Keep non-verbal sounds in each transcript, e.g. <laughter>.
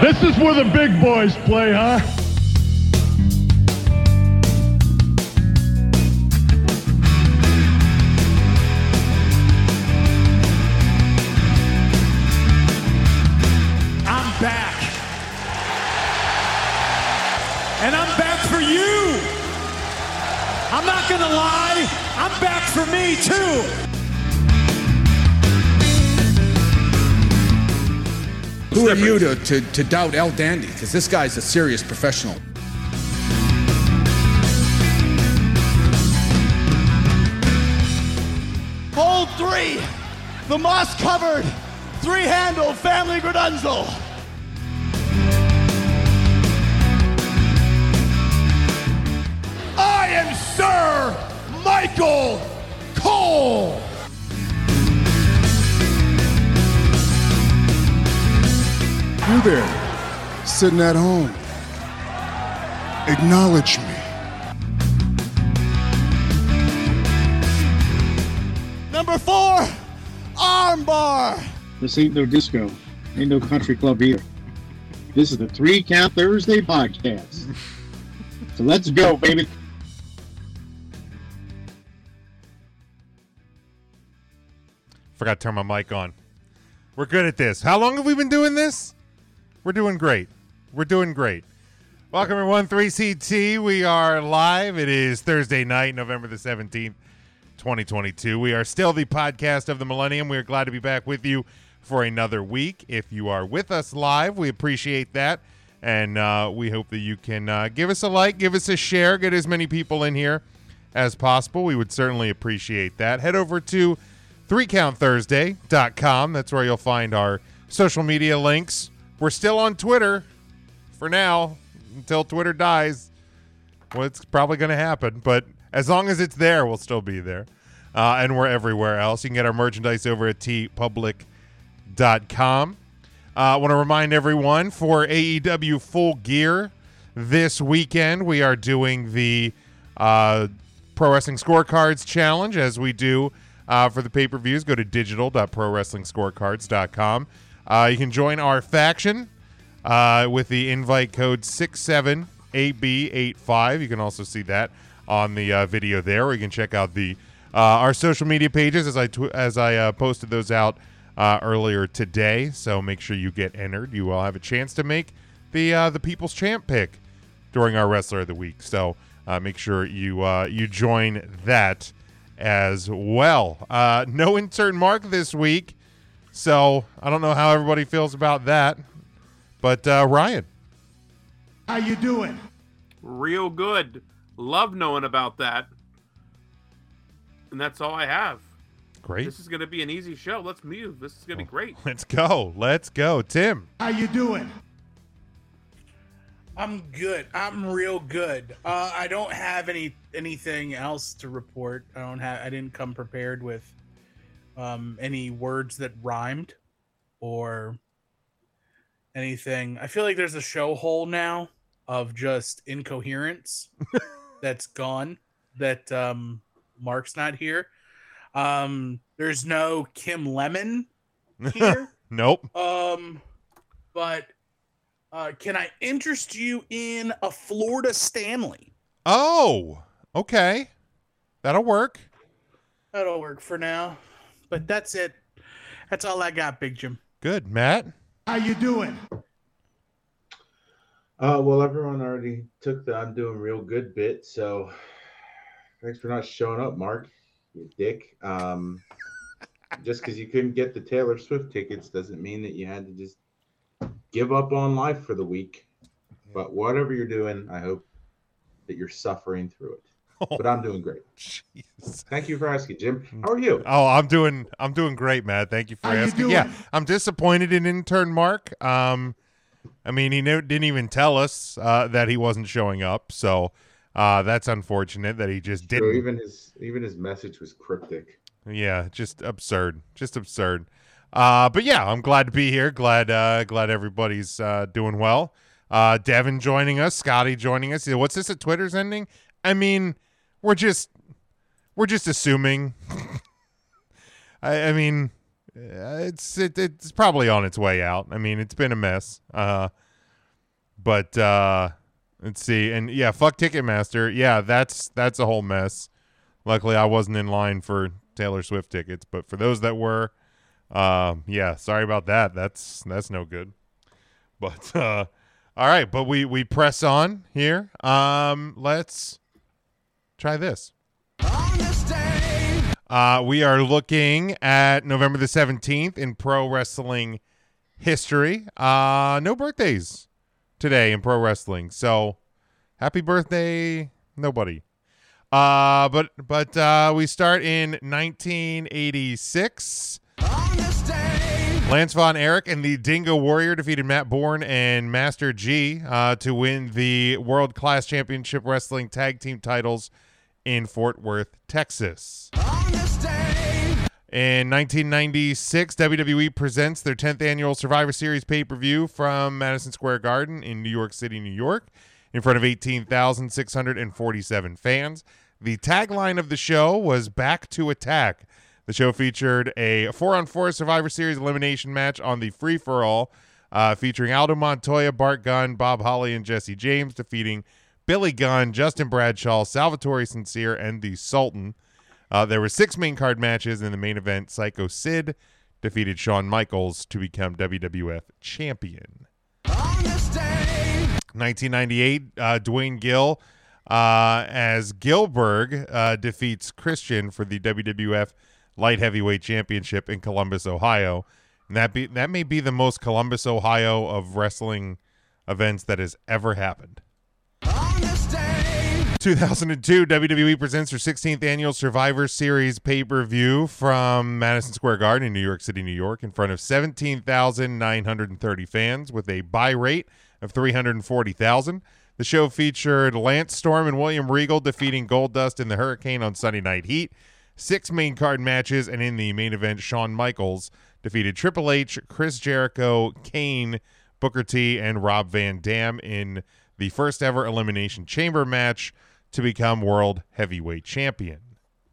This is where the big boys play, huh? I'm back. And I'm back for you. I'm not going to lie. I'm back for me, too. Who are you to, to, to doubt El Dandy? Because this guy's a serious professional. Hold three, the moss covered, three handle family Grudunzel. I am Sir Michael Cole. You there, sitting at home. Acknowledge me. Number four, armbar. This ain't no disco. Ain't no country club either. This is the Three Count Thursday podcast. So let's go, baby. Forgot to turn my mic on. We're good at this. How long have we been doing this? We're doing great. We're doing great. Welcome everyone, 3CT. We are live. It is Thursday night, November the 17th, 2022. We are still the podcast of the millennium. We are glad to be back with you for another week. If you are with us live, we appreciate that. And uh, we hope that you can uh, give us a like, give us a share, get as many people in here as possible. We would certainly appreciate that. Head over to 3countthursday.com. That's where you'll find our social media links. We're still on Twitter for now until Twitter dies. Well, it's probably going to happen, but as long as it's there, we'll still be there. Uh, and we're everywhere else. You can get our merchandise over at tpublic.com. Uh, I want to remind everyone for AEW Full Gear this weekend, we are doing the uh, Pro Wrestling Scorecards Challenge as we do uh, for the pay per views. Go to digital.prowrestlingscorecards.com. Uh, you can join our faction uh, with the invite code 67AB85. You can also see that on the uh, video there, or you can check out the uh, our social media pages as I tw- as I uh, posted those out uh, earlier today. So make sure you get entered. You will have a chance to make the uh, the People's Champ pick during our Wrestler of the Week. So uh, make sure you uh, you join that as well. Uh, no intern mark this week. So I don't know how everybody feels about that, but uh, Ryan, How you doing? real good. Love knowing about that. And that's all I have. great. This is going to be an easy show. Let's move. This is going to be great. <laughs> Let's go. Let's go, Tim. How you doing? I'm good. I'm real good. Uh, I don't have any anything else to report. I don't have. I didn't come prepared with um, any words that rhymed or anything. I feel like there's a show hole now of just incoherence that's gone. That um, Mark's not here. Um, there's no Kim Lemon here. Nope. Um, but uh, can I interest you in a Florida Stanley? Oh, okay. That'll work. That'll work for now. But that's it. That's all I got, Big Jim. Good, Matt. <laughs> How you doing? Uh, well, everyone already took the I'm doing real good bit, so thanks for not showing up, Mark, you dick. Um, just because you couldn't get the Taylor Swift tickets doesn't mean that you had to just give up on life for the week. But whatever you're doing, I hope that you're suffering through it. But I'm doing great. Jeez. Thank you for asking, Jim. How are you? Oh, I'm doing I'm doing great, Matt. Thank you for How you asking. Yeah, doing? I'm disappointed in intern Mark. Um, I mean, he never, didn't even tell us uh, that he wasn't showing up, so uh, that's unfortunate that he just So didn't. even his even his message was cryptic. Yeah, just absurd, just absurd. Uh, but yeah, I'm glad to be here. Glad uh, glad everybody's uh, doing well. Uh, Devin joining us, Scotty joining us. What's this at Twitter's ending? I mean, we're just we're just assuming. <laughs> I, I mean, uh, it's it, it's probably on its way out. I mean, it's been a mess. Uh, But uh let's see. And yeah, fuck Ticketmaster. Yeah, that's that's a whole mess. Luckily I wasn't in line for Taylor Swift tickets, but for those that were, um, yeah, sorry about that. That's that's no good. But <laughs> uh all right, but we we press on here. Um let's try this. Uh, we are looking at November the 17th in pro wrestling history. Uh, no birthdays today in pro wrestling. So happy birthday, nobody. Uh, but but uh, we start in 1986. Lance Von Erich and the Dingo Warrior defeated Matt Bourne and Master G uh, to win the World Class Championship Wrestling Tag Team titles in Fort Worth, Texas. In 1996, WWE E presents their 10th annual Survivor Series pay per view from Madison Square Garden in New York City, New York, in front of 18,647 fans. The tagline of the show was Back to Attack. The show featured a four on four Survivor Series elimination match on the free for all, uh, featuring Aldo Montoya, Bart Gunn, Bob Holly, and Jesse James defeating Billy Gunn, Justin Bradshaw, Salvatore Sincere, and the Sultan. Uh, there were six main card matches in the main event. Psycho Sid defeated Shawn Michaels to become WWF champion. 1998, uh, Dwayne Gill uh, as Gilberg uh, defeats Christian for the WWF Light Heavyweight Championship in Columbus, Ohio. And that be that may be the most Columbus, Ohio of wrestling events that has ever happened. 2002, WWE E presents her 16th annual Survivor Series pay per view from Madison Square Garden in New York City, New York, in front of 17,930 fans with a buy rate of 340,000. The show featured Lance Storm and William Regal defeating Goldust and the Hurricane on Sunday Night Heat, six main card matches, and in the main event, Shawn Michaels defeated Triple H, Chris Jericho, Kane, Booker T, and Rob Van Dam in the first ever Elimination Chamber match to become World Heavyweight Champion.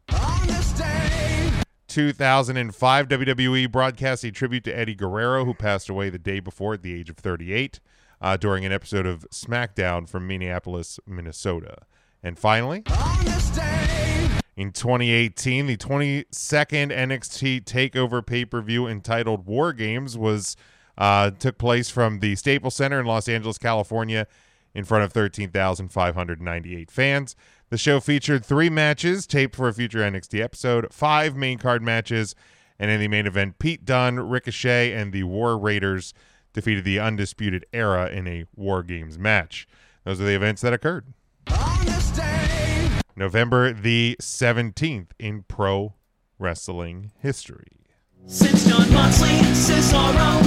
2005, WWE E broadcast a tribute to Eddie Guerrero, who passed away the day before at the age of 38 uh, during an episode of SmackDown from Minneapolis, Minnesota. And finally, in 2018, the 22nd NXT Takeover pay per view entitled War Games was uh, took place from the Staples Center in Los Angeles, California, in front of 13,598 fans. The show featured three matches taped for a future NXT episode, five main card matches, and in the main event, Pete Dunne, Ricochet, and the War Raiders defeated the Undisputed Era in a War Games match. Those are the events that occurred. November the 17th in pro wrestling history. Since John Moxley, Cesaro,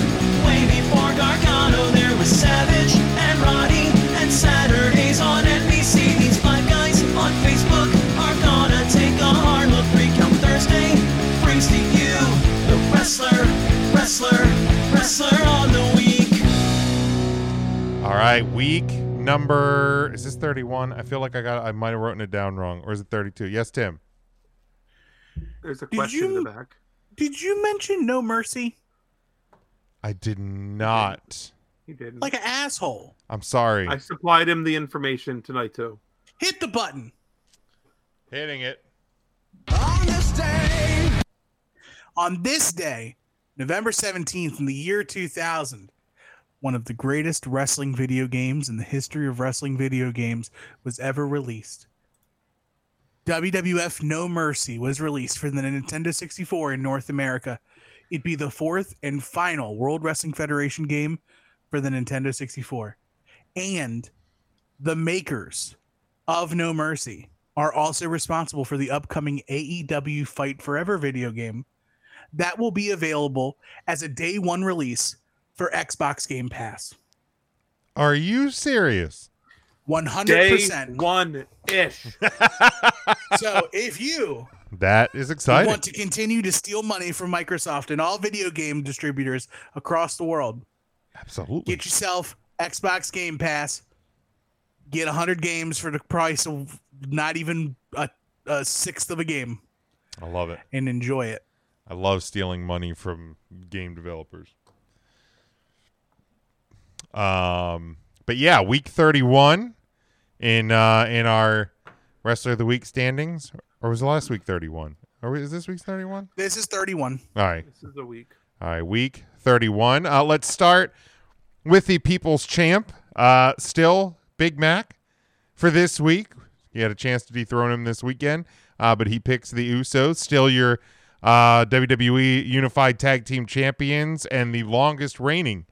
way before Gargano, there was Savage and Roddy and Saturdays on NBC. These five guys on Facebook are gonna take a hard look. Recount Thursday brings to you the wrestler, wrestler, wrestler on the week. All right, week number is this 31? I feel like I got I might have written it down wrong, or is it 32? Yes, Tim. There's a Did question in the you- back. Did you mention No Mercy? I did not. He didn't. Like an asshole. I'm sorry. I supplied him the information tonight too. Hit the button. Hitting it. On this day, November 17th, in the year 2000, one of the greatest wrestling video games in the history of wrestling video games was ever released. WWF No Mercy was released for the Nintendo 64 in North America. It'd be the fourth and final World Wrestling Federation game for the Nintendo 64. And the makers of No Mercy are also responsible for the upcoming AEW Fight Forever video game that will be available as a day one release for Xbox Game Pass. Are you serious? 100%. one ish. so if you That is exciting. want to continue to steal money from Microsoft and all video game distributors across the world, Absolutely. get yourself Xbox Game Pass. Get 100 games for the price of not even a, a sixth of a game I love it. and enjoy it. I love stealing money from game developers. Um, But yeah, week 31 in uh, in our wrestler of the week standings, or was it last week 31? Or is this week's 31? This is 31. All right. This is a week. All right, week 31. Uh, let's start with the people's champ. Uh, still Big Mac for this week. He had a chance to dethrone him this weekend, uh, but he picks the Usos. Still your uh, WWE Unified Tag Team Champions and the longest reigning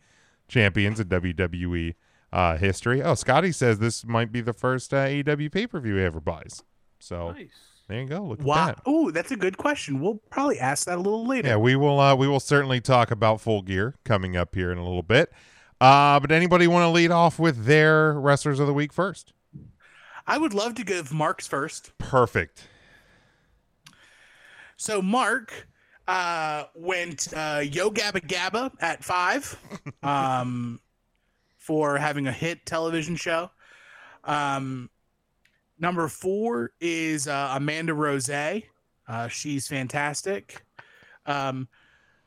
champions in WWE uh, history. Oh, Scotty says this might be the first uh, AEW pay per view he ever buys. So there you go. Look at that. Wow. Ooh, that's a good question. We'll probably ask that a little later. Yeah, we will. Uh, we will certainly talk about full gear coming up here in a little bit. Uh, but anybody want to lead off with their wrestlers of the week first? I would love to give Mark's first. Perfect. So Mark uh, went uh, Yo Gabba Gabba at five um, for having a hit television show. Um, number four is uh, Amanda Rose. Uh, she's fantastic. Um,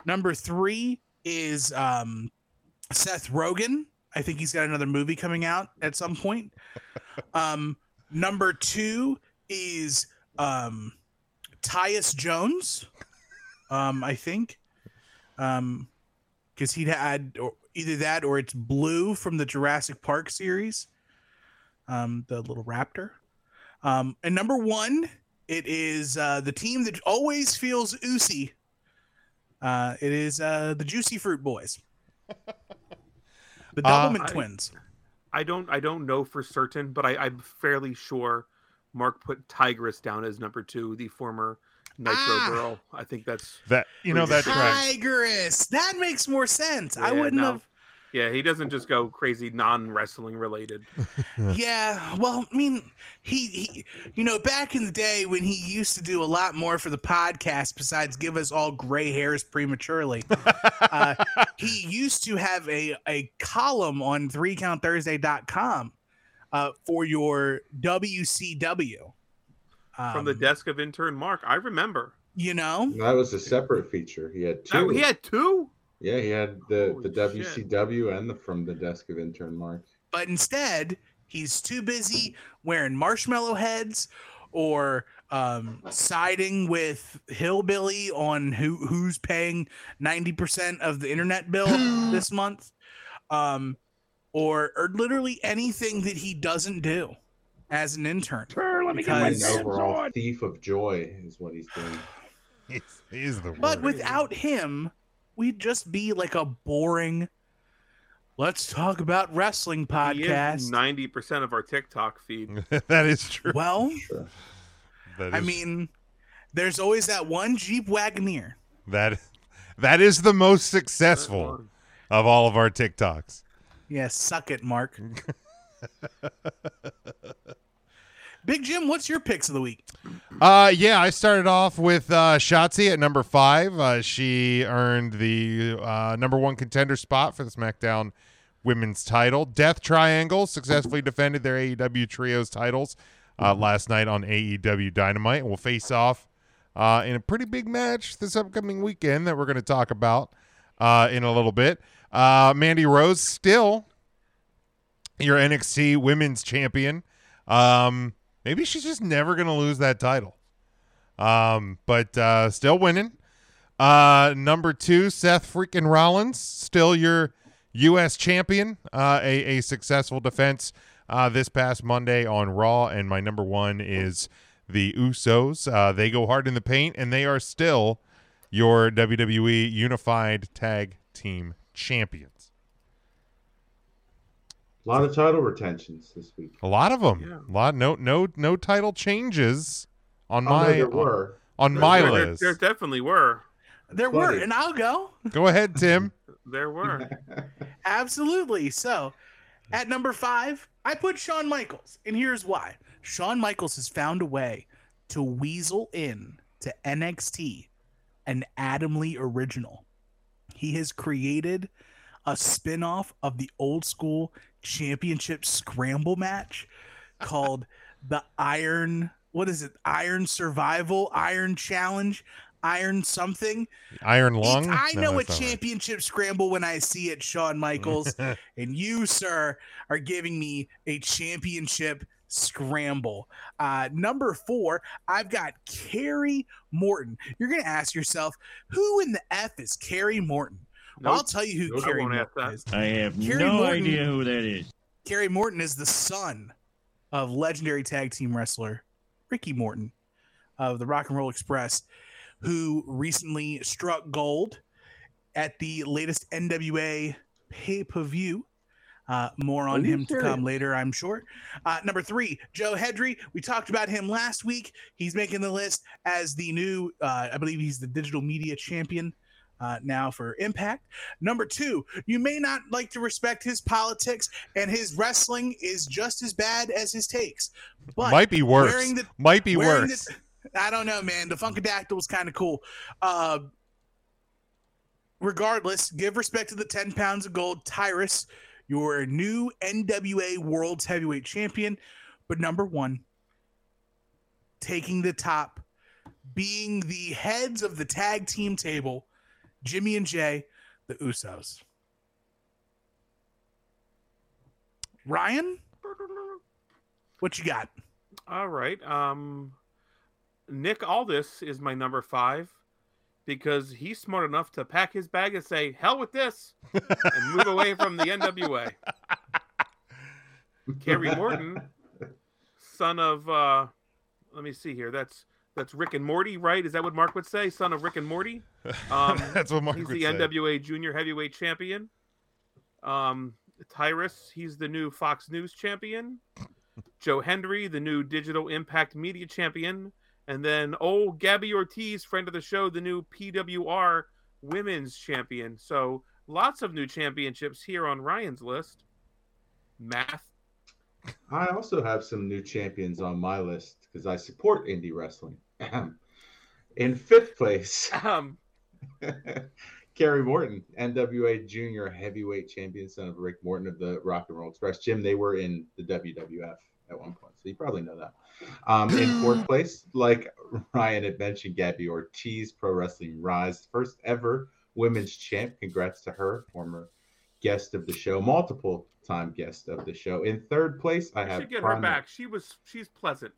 number three is um, Seth Rogen. I think he's got another movie coming out at some point. Um, number two is um, Tyus Jones, um, I think, because he'd had or either that or it's Blue from the Jurassic Park series, um, the little raptor. Um, and number one, it is uh, the team that always feels oozy. Uh, it is uh, the Juicy Fruit Boys, the Uh, Doubleman I- Twins. I don't I don't know for certain, but I, I'm fairly sure Mark put Tigress down as number two, the former Nitro Ah. girl. I think that's That you know that track. Tigress. That makes more sense. I Yeah, wouldn't no. have. Yeah, he doesn't just go crazy non wrestling related. Yeah, well, I mean, he, he, you know, back in the day when he used to do a lot more for the podcast besides give us all gray <laughs> hairs prematurely, uh, he used to have a, a column on threecount3countthursday.com uh, for your WCW. From the Um, desk of intern Mark, I remember. you know, That was a separate feature. He had two. Oh, he had two. yeah, he had the, the Holy shit. WCW and the From the Desk of Intern Mark. but instead he's too busy wearing marshmallow heads or um, siding with hillbilly on who who's paying 90% of the internet bill this month um, or or literally anything that he doesn't do as an intern He's Because- an overall thief of joy is what he's doing. <laughs> He's, he's the but word. without him we'd just be like a boring let's talk about wrestling podcast Ninety percent of our TikTok feed. <laughs> that is true. well Sure. That is, I mean, there's always that one Jeep Wagoneer. that that is the most successful of all of our TikToks. Yeah, suck it, Mark. Big Jim, what's your picks of the week? Uh, yeah, I started off with uh, Shotzi at number five. Uh, she earned the uh, number one contender spot for the SmackDown Women's title. Death Triangle successfully defended their AEW Trios titles uh, last night on AEW Dynamite and will face off uh, in a pretty big match this upcoming weekend that we're going to talk about uh, in a little bit. Uh, Mandy Rose still your NXT Women's Champion. Um, maybe she's just never gonna lose that title. Um, but uh, still winning. Uh, number two, Seth freaking Rollins, still your U.S. champion. Uh, a, a successful defense uh, this past Monday on Raw. And my number one is the Usos. Uh, they go hard in the paint, and they are still your WWE Unified Tag Team Champions. A lot of title retentions this week. A lot of them. A lot. No. No. No title changes on Although my Oh, uh, there were. on my there, list. there definitely were. There Buddy. were, and I'll go. Go ahead, Tim. There <laughs> were. Absolutely. So, at number five, I put Shawn Michaels, and here's why. Shawn Michaels has found a way to weasel in to NXT an Adam Lee original. He has created a spin-off of the old school championship scramble match called the Iron what is it? Iron Survival, Iron Challenge, Iron something. Iron lung. It's- I No, know a that's not right. championship scramble when I see it, <laughs> Shawn Michaels, and you, sir, are giving me a championship scramble. Uh, number four, I've got Carrie Morton. You're gonna ask yourself, who in the f is Carrie Morton? Well, I'll tell you who Nope, I Carrie won't Morton ask that. is. I have Kerry no Morton- idea who that is. Gary Morton is the son of legendary tag team wrestler Ricky Morton of the Rock and Roll Express, who recently struck gold at the latest NWA pay per view. Uh, more on Are you him to serious? come later, I'm sure. Uh, number three, Joe Hedry. We talked about him last week. He's making the list as the new, uh, I believe he's the digital media champion uh, now for Impact. Number two, you may not like to respect his politics, and his wrestling is just as bad as his takes. But Might be worse. wearing the- Might be wearing worse. the- I don't know, man. The Funkadactyl was kind of cool. Uh, regardless, give respect to the 10 pounds of gold, Tyrus, your new NWA World's Heavyweight Champion. But number one, taking the top, being the heads of the tag team table, Jimmy and Jay, the Usos. Ryan, what you got? All right. Um, Nick Aldis is my number five because he's smart enough to pack his bag and say, hell with this, and move away from the NWA. Kerry Morton, son of, uh, let me see here. That's that's Rick and Morty, right? Is that what Mark would say? Son of Rick and Morty. Um, <laughs> That's what Mark <laughs> he's would the say. NWA Junior Heavyweight Champion. Um, Tyrus, he's the new Fox <laughs> News Champion. Joe Hendry, the new Digital Impact Media Champion, and then old Gabby Ortiz, friend of the show, the new PWR Women's Champion. So lots of new championships here on Ryan's list. Math. I also have some new champions on my list because I support indie wrestling. <clears throat> In fifth place, Um, <laughs> Kerry Morton, NWA Junior Heavyweight Champion, son of Rick Morton of the Rock and Roll Express. Jim, they were in the WWF at one point, so you probably know that. Um, in fourth place, like Ryan had mentioned, Gabby Ortiz, Pro Wrestling Rise, first ever women's champ. Congrats to her, former guest of the show, multiple time guest of the show. In third place, I we have should get her Prime- back. She was she's pleasant.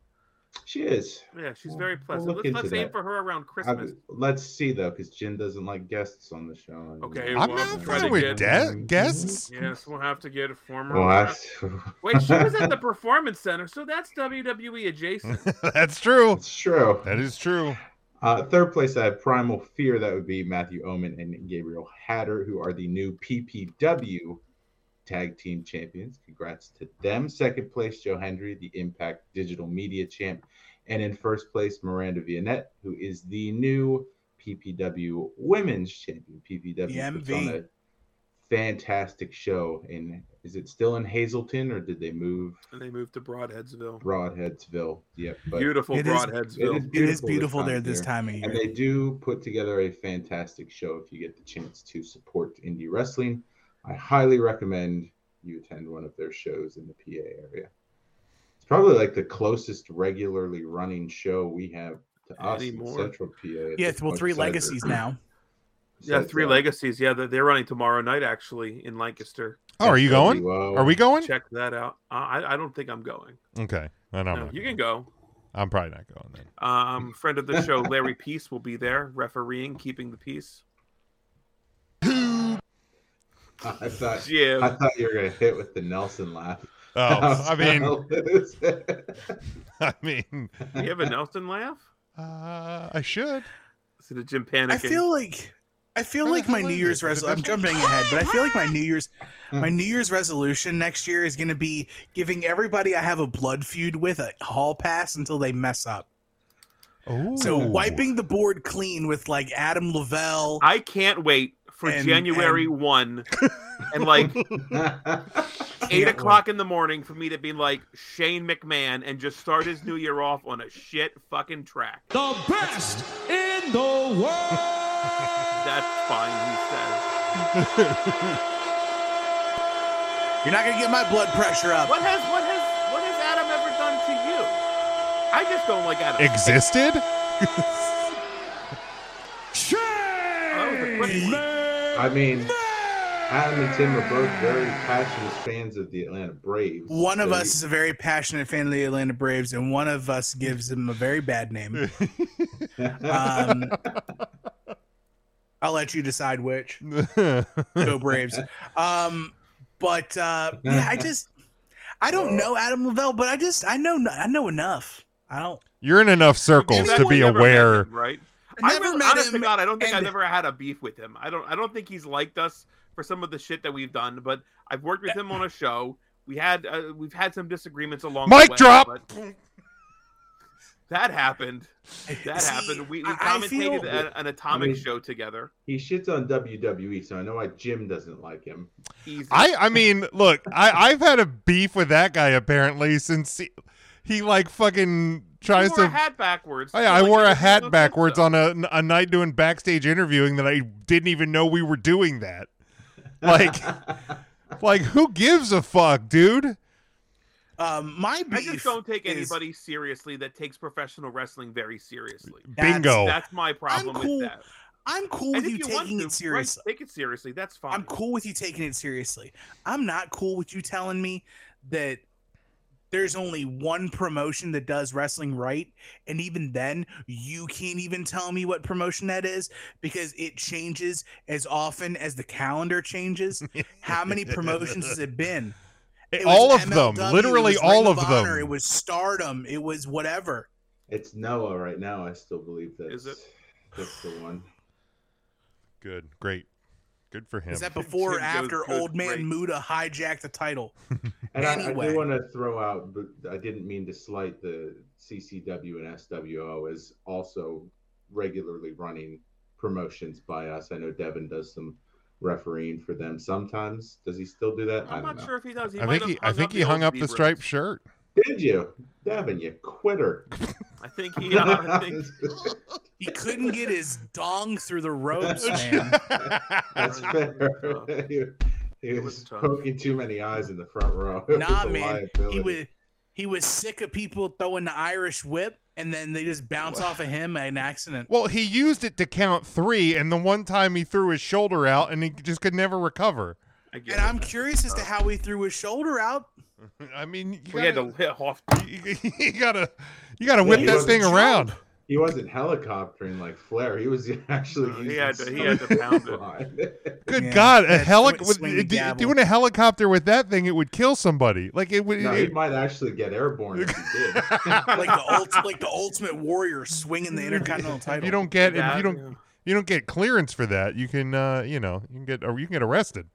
She is. Yeah, she's very pleasant. look let's into let's aim that. for her around I- Christmas. let's see though, because Jim doesn't like guests on the show. Okay, I'm well, not try to fine with get- de- guests. <laughs> Yes, we'll have to get a former. Well, that's- <laughs> Wait, she was at the Performance Center, so that's WWE adjacent. That's true. It's true. That is true. Uh, third place, I have Primal Fear. That would be Matthew Omen and Gabriel Hatter, who are the new PPW Tag Team Champions. Congrats to them. Second place, Joe Hendry, the Impact Digital Media Champ. And in first place, Miranda Vianette, who is the new PPW Women's Champion. PPW puts on PMV. a fantastic show. In is it still in Hazleton, or did they move and they moved to Broadheadsville. Broadheadsville? Yep. Beautiful It is- Broadheadsville. it is beautiful there this time of And year. they do put together a fantastic show if you get the chance to support indie wrestling. I highly recommend you attend one of their shows in the PA area. It's probably like the closest regularly running show we have to us in Anymore. Central PA. Yeah, well, three legacies <clears throat> now. Yeah, So, three uh, legacies. Yeah, they're, they're running tomorrow night actually in Lancaster. Oh, are you going? Whoa. Are we going? Check that out. Uh, I I don't think I'm going. Okay. I know. I'm No, not you going. can go. I'm probably not going then. Um, friend of the show, Larry Peace, will be there refereeing, keeping the peace. <laughs> I thought, Yeah. I thought you were going to hit with the Nelson laugh. Oh, <laughs> <laughs> I mean- <laughs> I mean, Do you have a Nelson laugh? Uh, I should. Is it a Jim panicking? I feel like I feel like my New Year's resolution. I'm jumping ahead, but I feel like my New Year's my New Year's resolution next year is going to be giving everybody I have a blood feud with a hall pass until they mess up. So Ooh. wiping the board clean with like Adam Lavelle. I can't wait for And- January and- one, and like eight <laughs> wait. o'clock in the morning for me to be like Shane McMahon and just start his new year off on a shit fucking track. The best in the world. <laughs> That's fine, he says. You're not going to get my blood pressure up. What has what has what has Adam ever done to you? I just don't like Adam. Existed? I mean, Adam and Tim are both very passionate fans of the Atlanta Braves. One of So us is a very passionate fan of the Atlanta Braves, and one of us gives them a very bad name. <laughs> <laughs> um, I'll let you decide which. Go Braves. Um, but uh, yeah, I just I don't know Adam Lavelle, but I just I know I know enough. I don't. <laughs> You're in enough circles to be never met aware. him, right? I I never really, met honest to him, God, I don't think I've and- ever had a beef with him. I don't. I don't think he's liked us for some of the shit that we've done. But I've worked with him on a show. We had uh, we've had some disagreements along. Mic the way, drop! but That happened. That See, happened. We, we I- I commentated feel- an, an atomic I mean- show together. He shits on WWE, so I know why Jim doesn't like him. Easy. I I mean, look, I I've had a beef with that guy apparently since he, he like fucking You tries wore to. a hat backwards. I, so, I like, wore a everything hat looks backwards like on a, a night doing backstage interviewing that I didn't even know we were doing that. <laughs> Like, like who gives a fuck, dude? Um, I my beef. just don't take is- anybody seriously that takes professional wrestling very seriously. That's- Bingo. That's my problem cool with that. I'm cool And with if you, want taking to, it right, seriously. take it seriously. That's fine. I'm cool with you taking it seriously. I'm not cool with you telling me that there's only one promotion that does wrestling right, and even then, you can't even tell me what promotion that is because it changes as often as the <laughs> calendar changes. How many promotions has it been? It was all of them, MLW, it literally was all Ring of Honor, them. It was Stardom. It was whatever. It's Noah right now. I still believe that. Is That's the one. Good, great, good for him. <laughs> Is that before or Jim goes after good Old Man great. Muda hijacked the title? And I, I Anyway. do want to throw out, but I didn't mean to slight the CCW and SWO as also regularly running promotions by us. I know Devin does some refereeing for them sometimes. Does he still do that? I don't I'm not know. sure if he does. He I might think he have I think up he the hung old up the zebras. striped shirt. Did you, Devin? You quitter. I think <laughs> he. Uh, <laughs> I think He couldn't get his dong <laughs> through the ropes, man. That's fair. he, he It was, was tough. poking too many eyes in the front row. <laughs> It Nah, was a man. He liability. was he was sick of people throwing the Irish whip, and then they just bounce off of him in <laughs> an accident. Well, he used it to count three, and the one time he threw his shoulder out, and he just could never recover. I get And it. I'm curious as to how he threw his shoulder out. I mean, you We had gotta, to hit off. <laughs> you, gotta, you gotta whip he that wasn't thing strong. around. He wasn't helicoptering like Flair. He was <laughs> actually. No, he using had to- he had to <laughs> something pound <laughs> it. fine. Good Yeah, God, a that helic swi- with- swinging d- gavel. doing a helicopter with that thing, it would kill somebody. Like it would. No, he it- might actually get airborne if he <laughs> did. Like the ult, like the ultimate warrior swinging the intercontinental title. you don't get if That- you don't you don't get clearance for that. You can uh you know you can get or you can get arrested.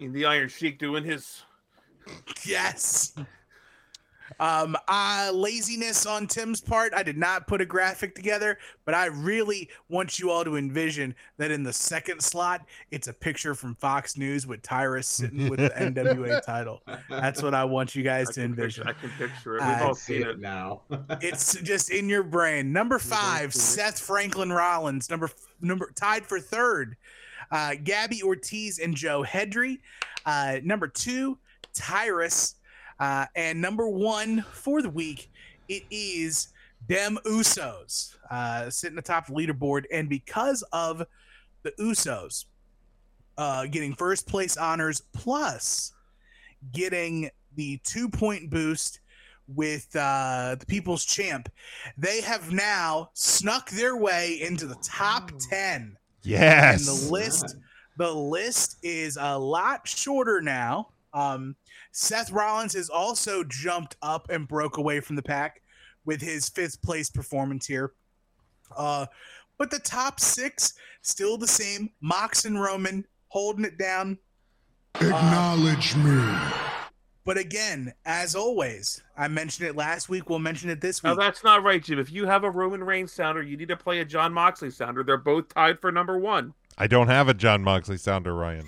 in the Iron Sheik doing his. Yes. Um, uh, laziness on Tim's part. I did not put a graphic together, but I really want you all to envision that in the second slot, it's a picture from Fox News with Tyrus sitting with the NWA title. That's what I want you guys I to can, picture, envision. I can picture it. We've I all see seen it. it <laughs> now. It's just in your brain. Number five, Seth Franklin Rollins. Number number tied for third, uh, Gabby Ortiz and Joe Hendry. Uh, number two, Tyrus, uh, and number one for the week, it is Dem Usos uh, sitting atop the leaderboard, and because of the Usos uh, getting first place honors plus getting the two point boost with uh, the People's Champ, they have now snuck their way into the top ten. Yes. And the list, the list is a lot shorter now. Um, Seth Rollins has also jumped up and broke away from the pack with his fifth place performance here. Uh, but the top six still the same. Mox and Roman holding it down. Uh, Acknowledge me. But again, as always, I mentioned it last week. We'll mention it this Now week. that's not right, Jim. If you have a Roman Reigns sounder, you need to play a John Moxley sounder. They're both tied for number one. I don't have a John Moxley <laughs> sounder, Ryan.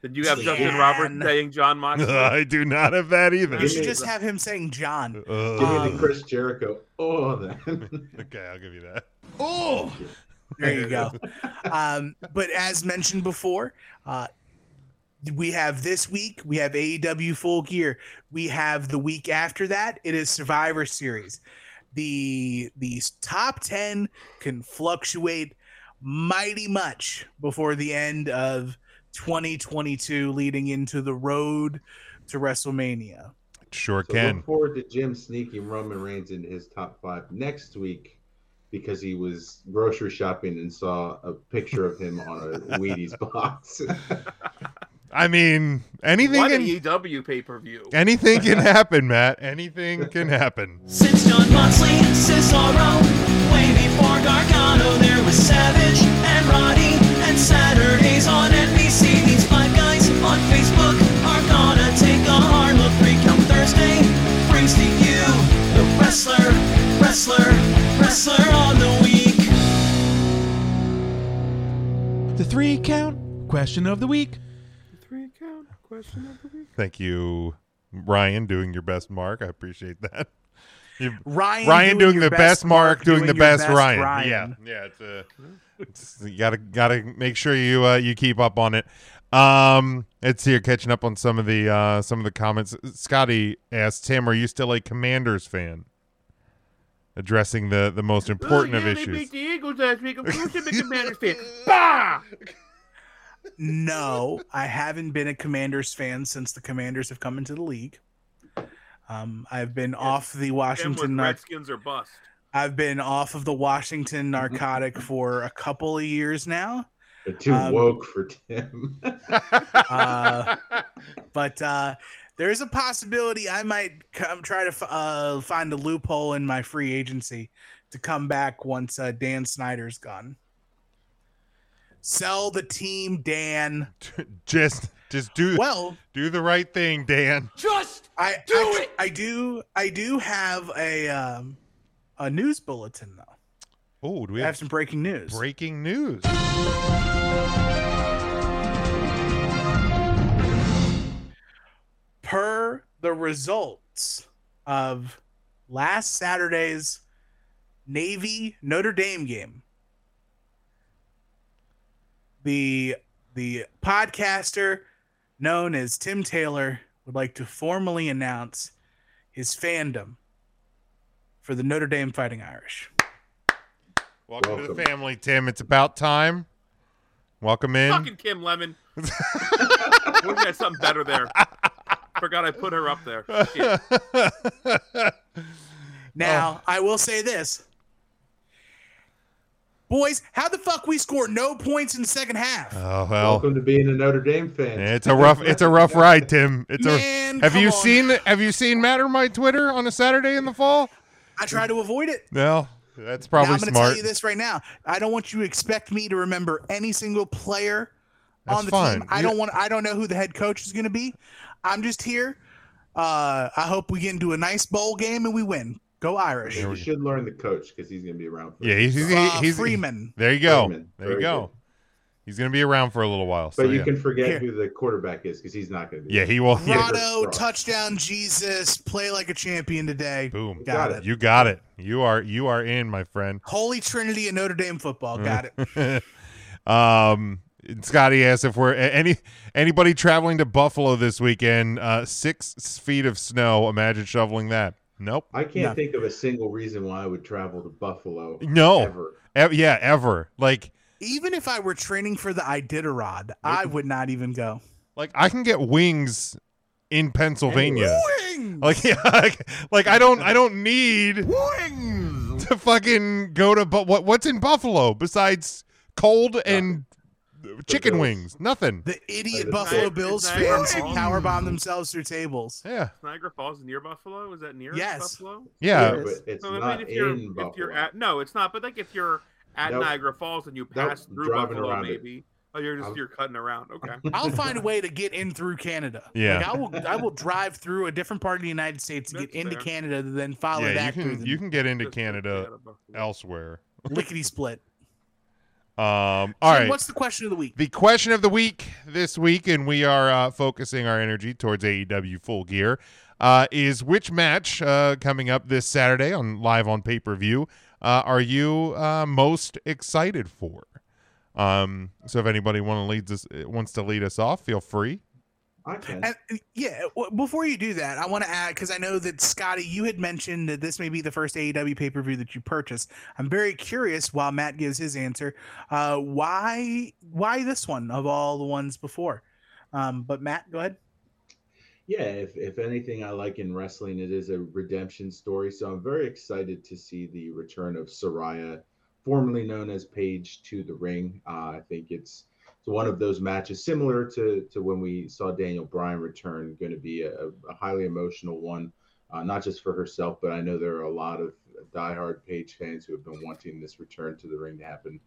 Then you have Jan. Justin Roberts saying John <laughs> Moxley. I do not have that either. You should just have him saying John. Give Uh, me Um, the Chris Jericho. Oh, <laughs> then. okay, I'll give you that. Oh, there <laughs> you go. Um, but as mentioned before, uh, we have this week, we have AEW Full Gear. We have the week after that, it is Survivor Series. The the top 10 can fluctuate mighty much before the end of 2022, leading into the road to WrestleMania. Sure So can. look forward to Jim sneaking Roman Reigns into his top five next week because he was grocery shopping and saw a picture of him on a Wheaties <laughs> box. I mean, <laughs> anything What can, an E EW pay per view. anything can happen, Matt. Anything can happen. Since John Moxley and Cesaro, way before Gargano, there was Savage and Roddy and Saturdays on NBC. These five guys on Facebook are gonna take a hard look. Recount Thursday brings to you the wrestler, wrestler, wrestler on the week. The three count question of the week. Three count question of the week. Thank you, Ryan, doing your best, Mark. I appreciate that. You- Ryan doing doing, your the best, best, Mark, Mark doing, doing the your best, best, Ryan. Ryan. Yeah, yeah. It's, uh, it's- you gotta gotta make sure you uh, you keep up on it. Um, let's see. You're catching up on some of the uh, some of the comments. Scotty asked Tim, "Are you still a Commanders fan?" Addressing the the most important oh, yeah, of They issues. beat the Eagles last week. Of course, they <laughs> make a Commanders fan. Bah! no, I haven't been a Commanders fan since the Commanders have come into the league. Um, I've been off the Them with Washington. uh, Nar- Redskins are bust. I've been off of the Washington narcotic for a couple of years now. They're too Um, woke for Tim. <laughs> Uh, but uh, there is a possibility I might come try to f- uh, find a loophole in my free agency to come back once uh, Dan Snyder's gone. Sell the team, Dan. Just just do Well, do the right thing, Dan. Just I do I, it. I do. I do have a um, a news bulletin though. Oh, do we I have have some breaking news. breaking news? per the results of last Saturday's Navy Notre Dame game. The the podcaster known as Tim Taylor would like to formally announce his fandom for the Notre Dame Fighting Irish. Welcome, to the Welcome. family, Tim. It's about time. Welcome in. Fucking Kim Lemon. Would have had something better there. Forgot I put her up there. Shit. Now, Oh. I will say this. Boys, how the fuck we score no points in the second half? oh well, Welcome to being a Notre Dame fan. it's a rough, it's <laughs> a rough ride, Tim. It's Man, a. Have come you on. seen, have you seen Matter My Twitter on a Saturday in the fall? I try to avoid it. No, that's Now, probably I'm going to smart. tell you this right now. I don't want you to expect me to remember any single player That's on the fine. team. I You- don't want. I don't know who the head coach is going to be. I'm just here. Uh, I hope we get into a nice bowl game and we win. Go Irish. You should learn the coach because he's going to be around. For Yeah, he's he's, Uh, he's- Freeman. There you go. Freeman. There you Very go. good. He's gonna be around for a little while. So but you yeah. can forget Here. who the quarterback is because he's not going to be. yeah, he will. Yeah. Grotto, Cross. touchdown, Jesus! Play like a champion today. Boom. Got it. You got it. You are you are in, my friend. Holy Trinity and Notre Dame football. Mm. Got <laughs> it. Um, Scotty asked if we're a- any anybody traveling to Buffalo this weekend. Uh, six feet of snow. Imagine shoveling that. Nope. I can't No. think of a single reason why I would travel to Buffalo. No. Ever. Ev- E, yeah, ever. Like, Even if I were training for the Iditarod, I would not even go. like I can get wings in Pennsylvania. Wings! Like, <laughs> yeah, like, like I don't, I don't need to fucking go to. But what, what's in Buffalo besides cold and chicken Bills. wings? Nothing. The idiot Like, Buffalo it's Bills not- fans it's who not- powerbomb themselves <laughs> through tables. Yeah, Niagara Falls is near Buffalo. Is that near Yes. Buffalo? yeah. but it's No, I mean, not if you're, in Buffalo. If you're at, no, it's not. But like if you're at Nope. Niagara Falls and you Nope, pass through driving Buffalo, around it. maybe. Oh, you're just I'm- you're cutting around. Okay. I'll find a way to get in through Canada. Yeah. like I will. I will drive through a different part of the United States to get That's into fair. Canada, to then follow yeah, you that through can the you can get into Just- Canada yeah, Buffalo. elsewhere. lickety split. Um, all right. What's the question of the week? the question of the week this week, and we are uh, focusing our energy towards AEW Full Gear, uh, is which match uh, coming up this Saturday on live on pay per view uh, are you uh, most excited uh, for? Um, so if anybody want to lead us wants to lead us off, feel free. I can. And, uh, yeah. w- Before you do that, I want to add because I know that Scotty, you had mentioned that this may be the first AEW pay per view that you purchased. I'm very curious. While Matt gives his answer, uh, why why this one of all the ones before? Um, but Matt, go ahead. yeah, if, if anything I like in wrestling, it is a redemption story. So I'm very excited to see the return of Soraya, formerly known as Paige, to the ring. Uh, I think it's it's one of those matches similar to to when we saw Daniel Bryan return, going to be a, a highly emotional one, uh, not just for herself, but I know there are a lot of diehard Paige fans who have been wanting this return to the ring to happen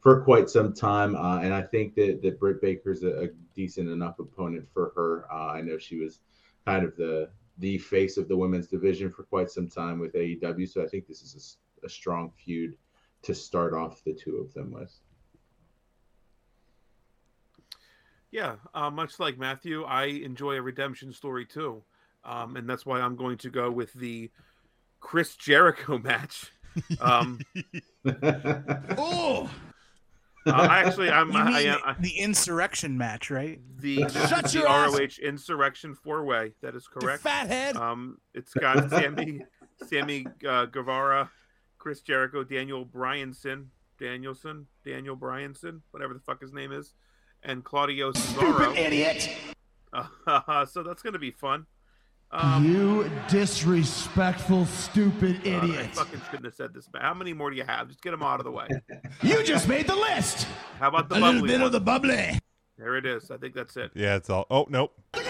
for quite some time. Uh, and I think that, that Britt Baker's a, a decent enough opponent for her. Uh, I know she was kind of the the face of the women's division for quite some time with AEW. So I think this is a s- a, strong feud to start off the two of them with. <laughs> Yeah, uh, much like Matthew, I enjoy a redemption story too, um, and that's why I'm going to go with the Chris Jericho <laughs> match. <laughs> Um, Oh, Uh, actually, I'm- You mean I uh, am- I- the insurrection match, right? <laughs> the Shut the your ass. ROH Insurrection Four Way. That is correct. fathead. Um, it's got Sammy, Sammy uh, Guevara, Chris Jericho, Daniel Bryanson, Danielson, Daniel Bryanson, whatever the fuck his name is, and <laughs> Claudio Cesaro. idiot. Uh, <laughs> so that's gonna be fun. Um, you disrespectful, stupid God, I idiot. fucking shouldn't have said this. But how many more do you have? Just get them out of the way. You just made the list. How about the A bubbly? little bit one? of the bubbly. There it is. I think <laughs> that's it. Yeah, it's all. Oh nope. God.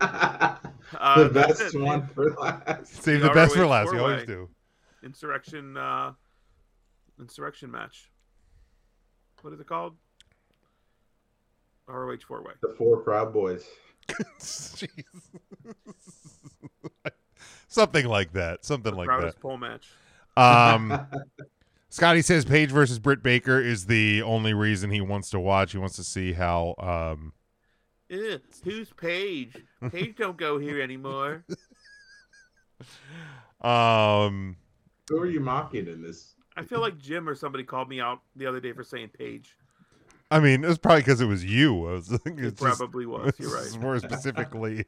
Uh, The that's best it. one for last. <laughs> Save the ROH best for last. You four-way. always do. <laughs> Insurrection. Uh, insurrection match. What is it called? ROH four way. The four Proud Boys. <laughs> Something like that. Something like proudest that. pole match. Um, <laughs> Scotty says Page versus Britt Baker is the only reason he wants to watch. He wants to see how. Um, Ew, who's Paige? Paige don't go here anymore. um, Who are you mocking in this? I feel like Jim or somebody called me out the other day for saying Paige. I mean, it was probably because it was you. I was <laughs> thinking it's just- probably was. You're <laughs> it's right. <laughs> More specifically,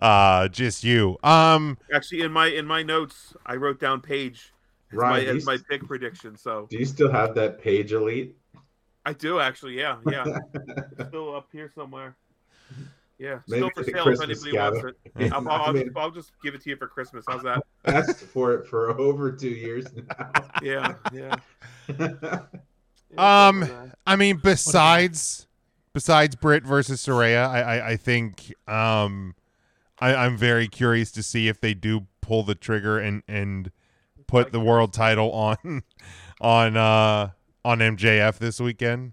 uh, just you. Um, Actually, in my in my notes, I wrote down Paige as Right, my as he's- my pick prediction. So Do you still have that Page Elite? I do actually. Yeah, yeah. <laughs> It's still up here somewhere. Yeah, Maybe still for at the sale Christmas if anybody wants gathering. <laughs> it. I'll, I'll, <laughs> I'll, I just, mean- I'll just give it to you for Christmas. How's that? Asked for it for over two years <laughs> now. Yeah, yeah. um, I mean, besides besides Britt versus Soraya, I I, I think um, I, I'm very curious to see if they do pull the trigger and and put the world title on <laughs> on uh on MJF this weekend.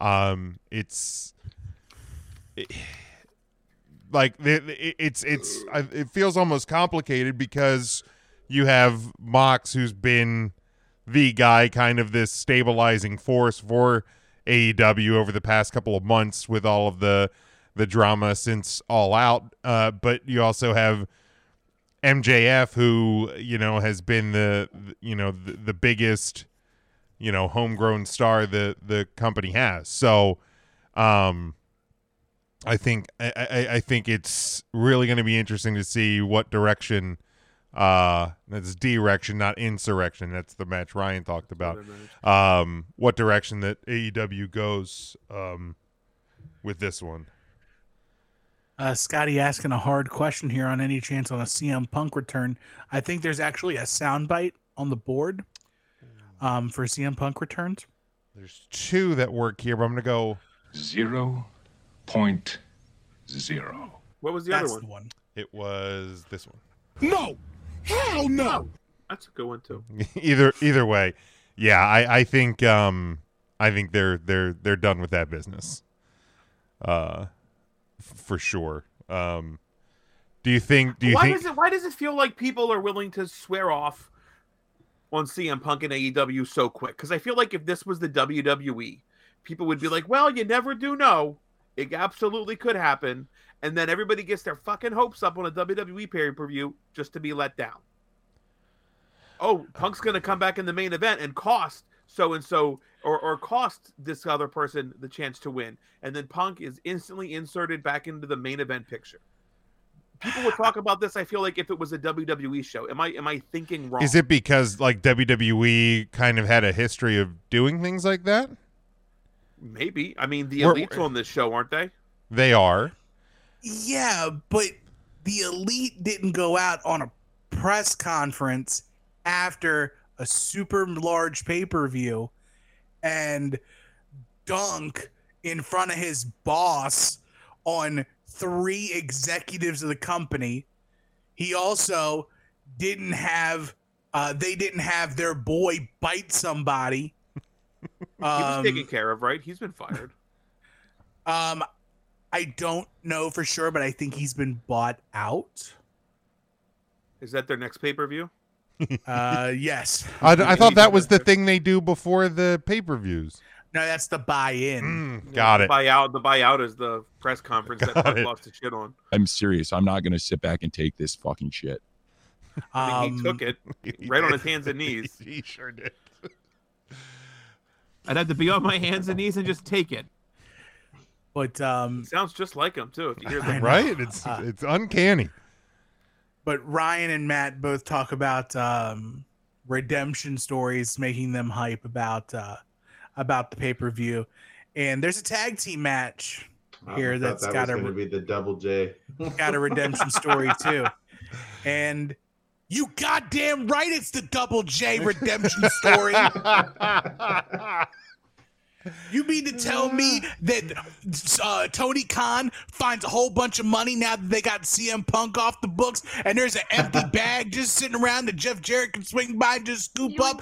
Um, it's <sighs> like the- the- it- it's it's I- it feels almost complicated because you have Mox who's been the guy kind of this stabilizing force for AEW over the past couple of months with all of the the drama since All Out uh but you also have MJF who you know has been the you know the, the biggest you know homegrown star the the company has so um I think I, I, I think it's really going to be interesting to see what direction. Uh, that's direction, not insurrection. That's the match Ryan talked about. Um, what direction that AEW goes um, with this one? Uh, Scotty asking a hard question here on any chance on a CM Punk return. I think there's actually a soundbite on the board Mm. um, for CM Punk returns. There's two that work here, but I'm gonna go zero point zero. What was the That's other the one? one. It was this one. <laughs> No, hell no. That's a good one too. either either way, yeah, I I think um I think they're they're they're done with that business. Uh, f- for sure. Um, do you think? Do you why think? does it why does it feel like people are willing to swear off on CM Punk and AEW so quick? Because I feel like if this was the WWE, people would be like, "Well, you never do know; it absolutely could happen." And then everybody gets their fucking hopes up on a WWE pay per view just to be let down. Oh, Punk's gonna come back in the main event and cost so and so, or, or cost this other person the chance to win. And then Punk is instantly inserted back into the main event picture. People would talk about this, I feel like, if it was a WWE show. Am I am I thinking wrong? Is it because like WWE kind of had a history of doing things like that? Maybe. I mean, the We're- elites on this show, aren't they? They are. Yeah, but the elite didn't go out on a press conference after a super large pay per view and dunk in front of his boss on three executives of the company. He also didn't have. Uh, they didn't have their boy bite somebody. <laughs> he was Um, taken care of, right? He's been fired. um, I don't know for sure, but I think he's been bought out. Is that their next pay per view? <laughs> Uh, yes. I, E I thought that was the thing they do before the pay per views. No, that's the Mm, buy-in. <laughs> Got the it. Buyout. The buyout is the press conference that Got Punk it. lost the shit on. I'm serious. I'm not going to sit back and take this fucking <laughs> shit. I Um, mean, he took it Um, <laughs> right on his hands and knees. he sure did. I'd have to be on my hands and knees and just take it. But um, Sounds just like him too. <laughs> If you hear that, Right? It's Uh, it's uncanny. But Ryan and Matt both talk about um, redemption stories, making them hype about uh, about the pay-per-view. And there's a tag team match here that's that got was a gonna be the double J. <laughs> got a redemption story too. And you goddamn right, it's the <laughs> double J redemption story. Uh, you mean to tell me that uh, Tony Khan finds a whole bunch of money now that they got CM Punk off the books, and there's an empty bag just sitting around that Jeff Jarrett can swing by and just scoop up?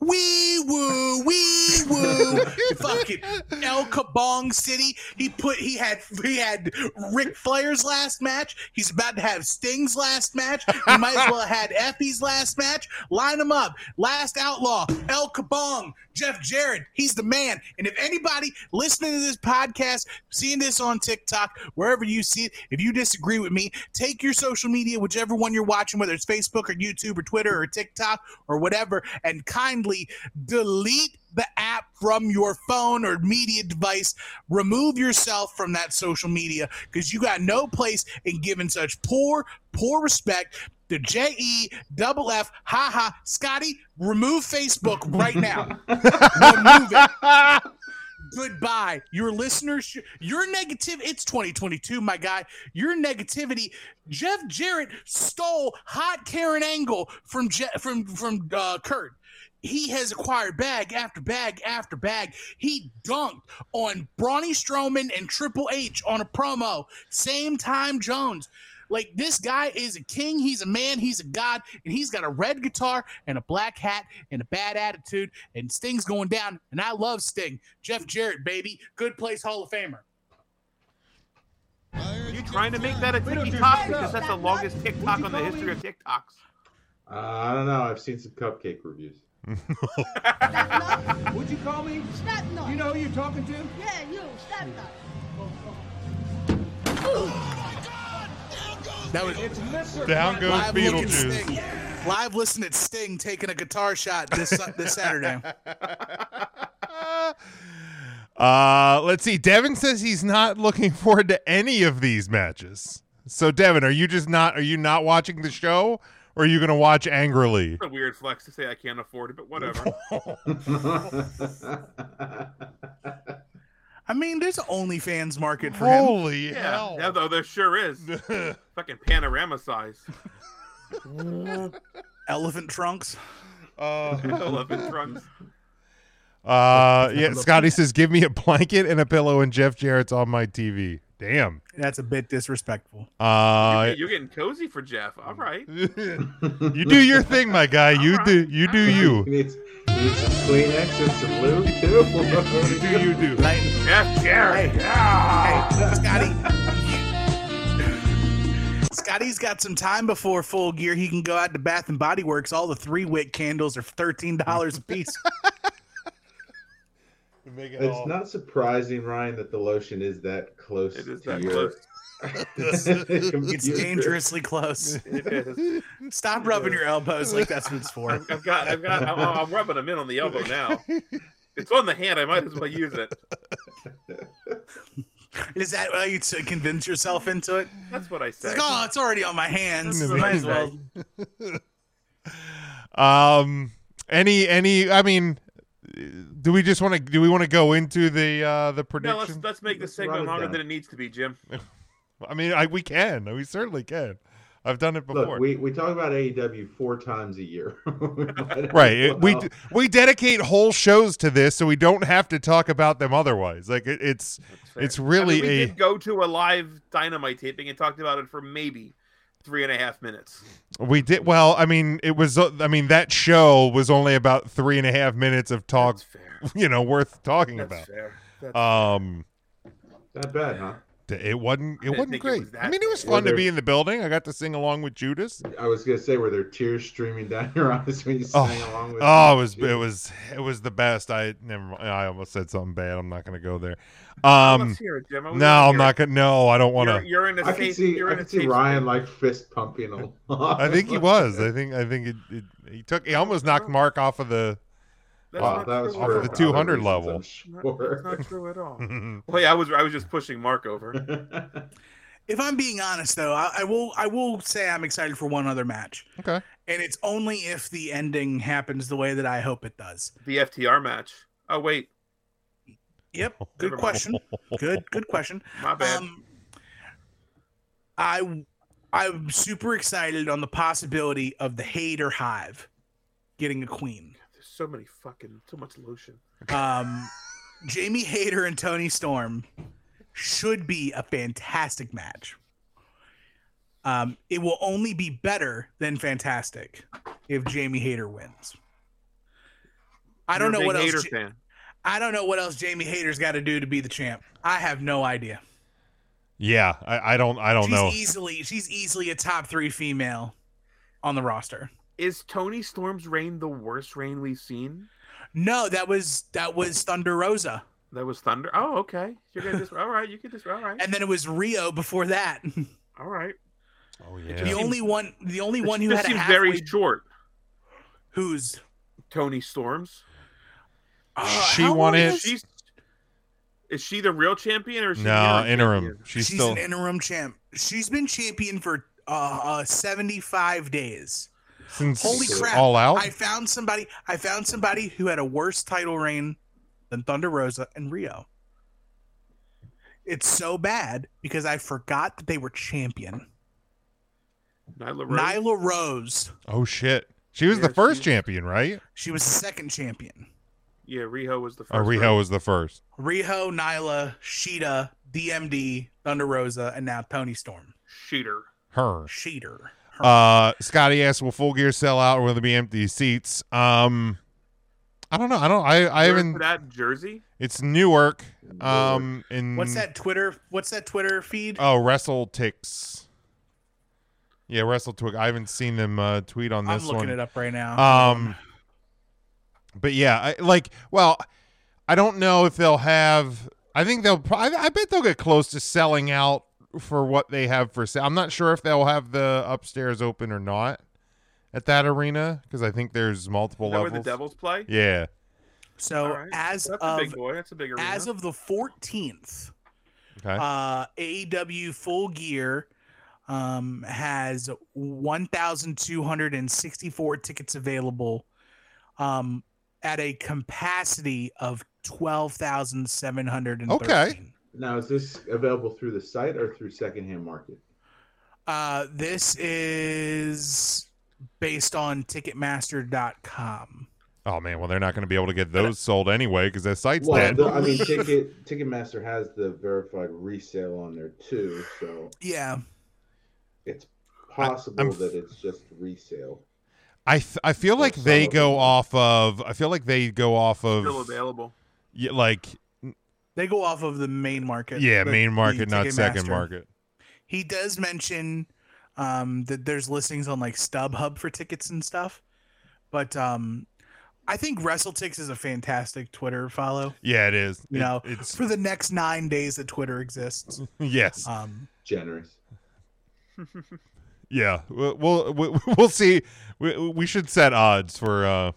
Wee woo, wee woo, fucking El Kabong City. He put he had he had Ric Flair's last match. He's about to have Sting's last match. He might as well have had Effie's last match. Line them up. Last Outlaw, El Kabong, Jeff Jarrett. He's the man. And if anybody listening to this podcast, seeing this on TikTok, wherever you see it, if you disagree with me, take your social media, whichever one you're watching, whether it's Facebook or YouTube or Twitter or TikTok or whatever, and kindly delete the app from your phone or media device. Remove yourself from that social media because you got no place in giving such poor, poor respect to J E double F. Ha ha. Scotty, remove Facebook right now. remove it. <laughs> Goodbye. Your listeners, your negative. It's 2022, my guy. Your negativity. Jeff Jarrett stole hot Karen Angle from Je- from from uh, Kurt. He has acquired bag after bag after bag. He dunked on Brawny Strowman and Triple H on a promo. Same time Jones. Like this guy is a king. He's a man. He's a god, and he's got a red guitar and a black hat and a bad attitude. And Sting's going down, and I love Sting. Jeff Jarrett, baby, good place Hall of Famer. You trying to make that a TikTok because that's the longest TikTok on the history of TikToks. Uh, I don't know. I've seen some cupcake reviews. <laughs> Would you call me? Snapnut. You know who you're talking to? Yeah, you, Snapnut. That was Down goes Live looking Beetlejuice. <laughs> Sting. Live listen at Sting taking a guitar shot this Su- this Saturday. Uh, let's see. Devin says he's not looking <laughs> forward to any of these matches. So Devin, are you just not are you not watching the show or are you going to watch angrily? It's a weird flex to say I can't afford it, <laughs> but whatever. <laughs> I mean, there's an OnlyFans market for Holy him. yeah, yeah, though there <laughs> sure is. Fucking panorama size. Elephant trunks. Elephant trunks. <laughs> Uh, yeah, Scotty says give me a blanket and a pillow and Jeff Jarrett's on my TV. Damn. That's a bit disrespectful. Uh, You're getting cozy for Jeff. <laughs> All right. you do your thing, my guy. You do you do He you. needs, he needs some Kleenex and some lube too. <laughs> <laughs> do you do? Jeff Jarrett. Hey, Scotty. <laughs> Scotty's got some time before full gear. He can go out to Bath and Body Works. All the three wick candles are thirteen dollars a <laughs> piece. It's not surprising, Ryan, that the lotion is that close. It is to that your... <laughs> it's dangerously <laughs> close. Stop rubbing your elbows like that's what it's <laughs> for. <laughs> I've got, I've got, I'm, I'm rubbing him in on the elbow now. It's on the hand. I might as well use it. Is that how you t- convince yourself into it? That's what I It's like, oh, it's already on my hands. That's what Might I as well. Um, any, any? I mean, do we just want to? Do we want to go into the uh the No, prediction? let's let's make the run segment it longer down. than it needs to be, Jim. I mean, I, we can. We certainly can. I've done it before. Look, we, we talk about AEW four times a year. <laughs> right. it- We d- we dedicate whole shows to this, so we don't have to talk about them otherwise. Like it, it's it's really I mean, we a did go to a live dynamite taping and talked about it for maybe three and a half minutes. we did well. I mean, it was. uh, I mean, that show was only about three and a half minutes of talk. <laughs> You know, worth talking That's about. fair. That's um, Not bad, huh? it wasn't. It didn't wasn't think it great. was that I mean, it was bad. fun to Were be there- in the building. I got to sing along with Judas. I was gonna say, were there tears streaming down your <laughs> eyes when you Oh, sang along with? oh, it was it was it was the best. I never. mind. I almost said something bad. I'm not going to go there. Um, let's hear it, Jim. I wanna no, I'm hear not it. going. to No, I don't want You're- you're in a I can safe- see. you're I in a can see safe Ryan like fist pumping along. I think <laughs> he was. I think. I think it, it, he took. He almost knocked Mark off of the. <laughs> That's off- not That was true. off of the for other <laughs> 200 reasons, level. Not- That's not true at <laughs> all. well, yeah, I was I was just pushing Mark <laughs> over. If I'm being honest, though, I, I will I will say I'm excited for one other match, Okay. and it's only if the ending happens the way that I hope it does. the FTR match. Oh wait, <laughs> Yep. Good Never mind. question. Good. Good question. my bad. Um, I I'm super excited on the possibility of the Hater Hive getting a queen. There's so many fucking so much lotion. <laughs> Um, Jamie Hayter and Tony Storm should be a fantastic match. Um, it will only be better than fantastic if Jamie Hayter wins. I You're don't a know big what Hater else. Ja- fan. I don't know what else Jamie Hayter's got to do to be the champ. I have no idea. Yeah, I, I don't. I don't she's know. easily she's easily a top three female on the roster. Is Tony Storm's reign the worst reign we've seen? No, that was that was Thunder Rosa, That was Thunder. Oh, okay. You're gonna just <laughs> all right. You can just all right. and then it was Rio before that. <laughs> all right. Oh The only one, the only one who this had a seems halfway very short. Who's uh, Tony Storms? she won it. She's, is she the real champion or is she the No, interim interim. champion? She's, she's still. an interim champ. She's been champion for uh, uh 75 days. Since Holy crap. All Out? I found somebody I found somebody who had a worse title reign than Thunder Rosa and Rio. It's so bad because I forgot that they were champion. Nyla Rose. Nyla Rose, oh shit! She was the first champion, right? she was second champion. Yeah, Riho was the first. Or Oh, Riho round. was the first. Riho, Nyla, Sheeta, DMD, Thunder Rosa, and now Tony Storm. Shooter. Her. Cheater. Uh, Scotty asked, "Will Full Gear sell out, or will there be empty seats?" Um, I don't know. I don't. I. I Where's haven't. that Jersey. It's Newark. Um, in What's that Twitter? What's that Twitter feed? Oh, Wrestle Ticks. Yeah, Wrestle Twig. I haven't seen them uh, tweet on I'm this looking one. it up right now. Um, but yeah, I, like, well, I don't know if they'll have. I think they'll. pro- I, I bet they'll get close to selling out for what they have for sale. I'm not sure if they'll have the upstairs open or not at that arena because I think there's multiple Is that where levels. the Devils play? Yeah. So as That's of a big boy. That's a big arena. as of the 14th, Okay. uh, AEW Full Gear um, has 1,264 tickets available um, at a capacity of 12,713. Now, is this available through the site or through secondhand market? Uh, this is based on Ticketmaster.com. Oh man, well they're not going to be able to get those sold anyway because that site's Well, dead. the- I mean, Ticket Ticketmaster has the verified resale on there too, so Yeah. it's possible that it's just resale. I th- I feel like they go off of. I feel like they go off still of. available. Yeah, like They go off of the main market. yeah, the- main the market, not second Ticketmaster. market. He does mention um, that there's listings on like StubHub for tickets and stuff, but um, I think WrestleTix is a fantastic Twitter follow. Yeah, it is. You It- know, it's for the next nine days that Twitter exists. yes, Um, generous. yeah. We'll we'll, we'll- <laughs> we'll see. We, we should set odds for uh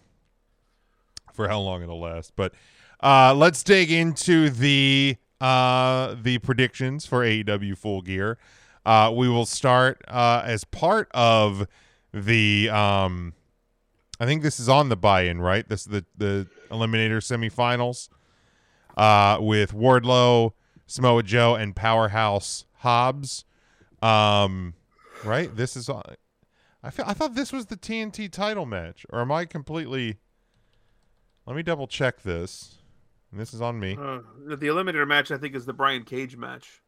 for how long it'll last. But Uh, let's dig into the uh, the predictions for AEW Full Gear. Uh, we will start uh, as part of the. Um, I think this is on the buy-in, right? This is the the Eliminator semifinals uh, with Wardlow, Samoa Joe, and Powerhouse Hobbs. Um, right? This is. on- I feel, I thought this was the TNT title match, or am I completely? Let me double check this. And this is on me. Uh, the eliminator match, I think, is the Brian Cage match.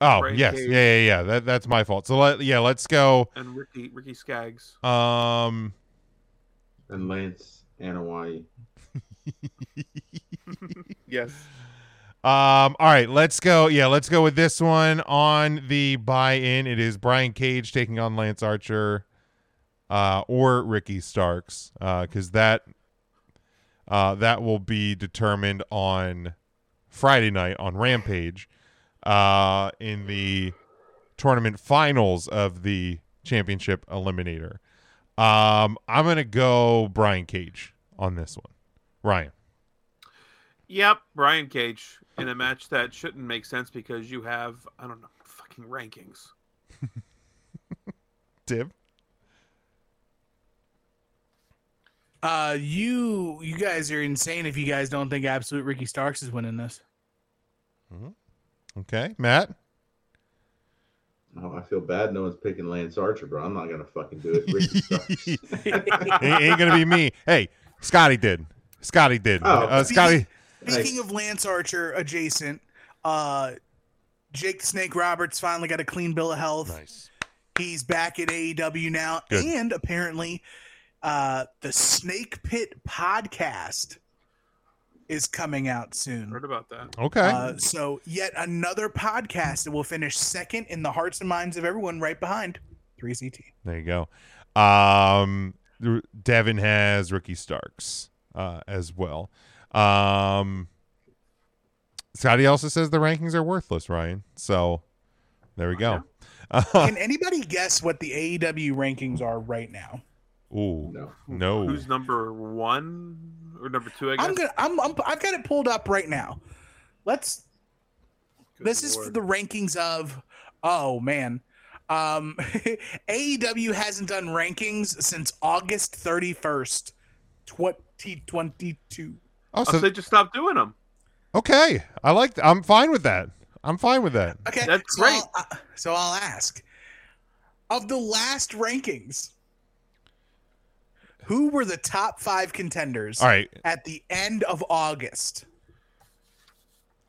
Oh Brian yes, Cage. yeah, yeah, yeah. That that's my fault. So let yeah, let's go. And Ricky Ricky Skaggs. Um, And Lance and Hawaii. yes. Um, all right, let's go. Yeah, let's go with this one on the buy-in. It is Brian Cage taking on Lance Archer, uh, or Ricky Starks, because that uh, that will be determined on Friday night on Rampage, uh, in the tournament finals of the championship eliminator. Um, I'm gonna go Brian Cage on this one, Ryan. Yep, Brian Cage in a match that shouldn't make sense because you have I don't know fucking rankings. Dib. Uh, you you guys are insane if you guys don't think absolute Ricky Starks is winning this. Okay, Matt. Oh, I feel bad. No one's picking Lance Archer, bro. I'm not gonna fucking do it. Ricky sucks. <laughs> it ain't gonna be me. Hey, Scotty did. Scotty did. Oh. uh, Scotty. Speaking of Lance Archer adjacent, uh, Jake the Snake Roberts finally got a clean bill of health. Nice. He's back at AEW now, Good. and apparently, uh, the Snake Pit podcast is coming out soon. Heard about that? Okay. Uh, so yet another podcast that will finish second in the hearts and minds of everyone, right behind 3CT. There you go. Um, R- Devin has Ricky Starks uh, as well. Um, Scotty also says the rankings are worthless, Ryan. So there we go. Can anybody guess what the AEW rankings are right now? <laughs> Ooh, no. no. Who's number one or number two? I guess. I'm gonna. I'm, I'm. I've got it pulled up right now. Let's. this is for the rankings of. Oh man, um, <laughs> AEW hasn't done rankings since August 31st, 2022. Oh, so they just stopped doing them. Okay, I like. Th- I'm fine with that. I'm fine with that. Okay, That's so great. I'll, uh, so I'll ask of the last rankings, who were the top five contenders? All right. at the end of August.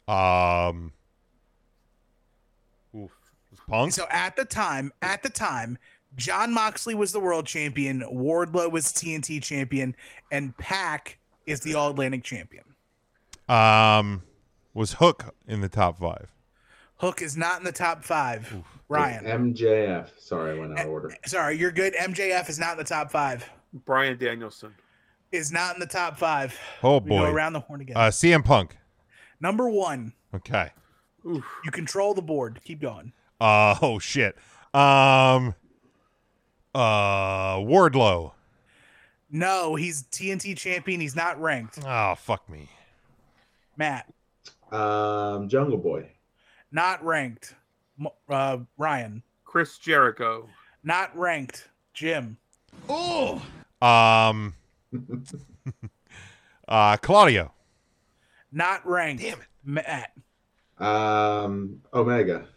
Um. Oof. Punk. So at the time, at the time, John Moxley was the world champion, Wardlow was TNT champion, and Pac is the All Atlantic champion. Um, was Hook in the top five? Hook is not in the top five. Ryan, MJF. Sorry, I went out of order. sorry, you're good. MJF is not in the top five. Brian Danielson. Is not in the top five. Oh We boy. Go around the horn again. Uh, CM Punk. Number one, Okay. you control the board. Keep going. Uh, oh shit. Um. Uh, Wardlow. No, he's TNT champion. He's not ranked. Oh fuck me. Matt, Um, Jungle Boy. not ranked. Mo- Uh, Ryan, Chris Jericho. not ranked. Jim. Oh, Um. <laughs> uh, Claudio. Not ranked. Damn it. Matt. Um, Omega.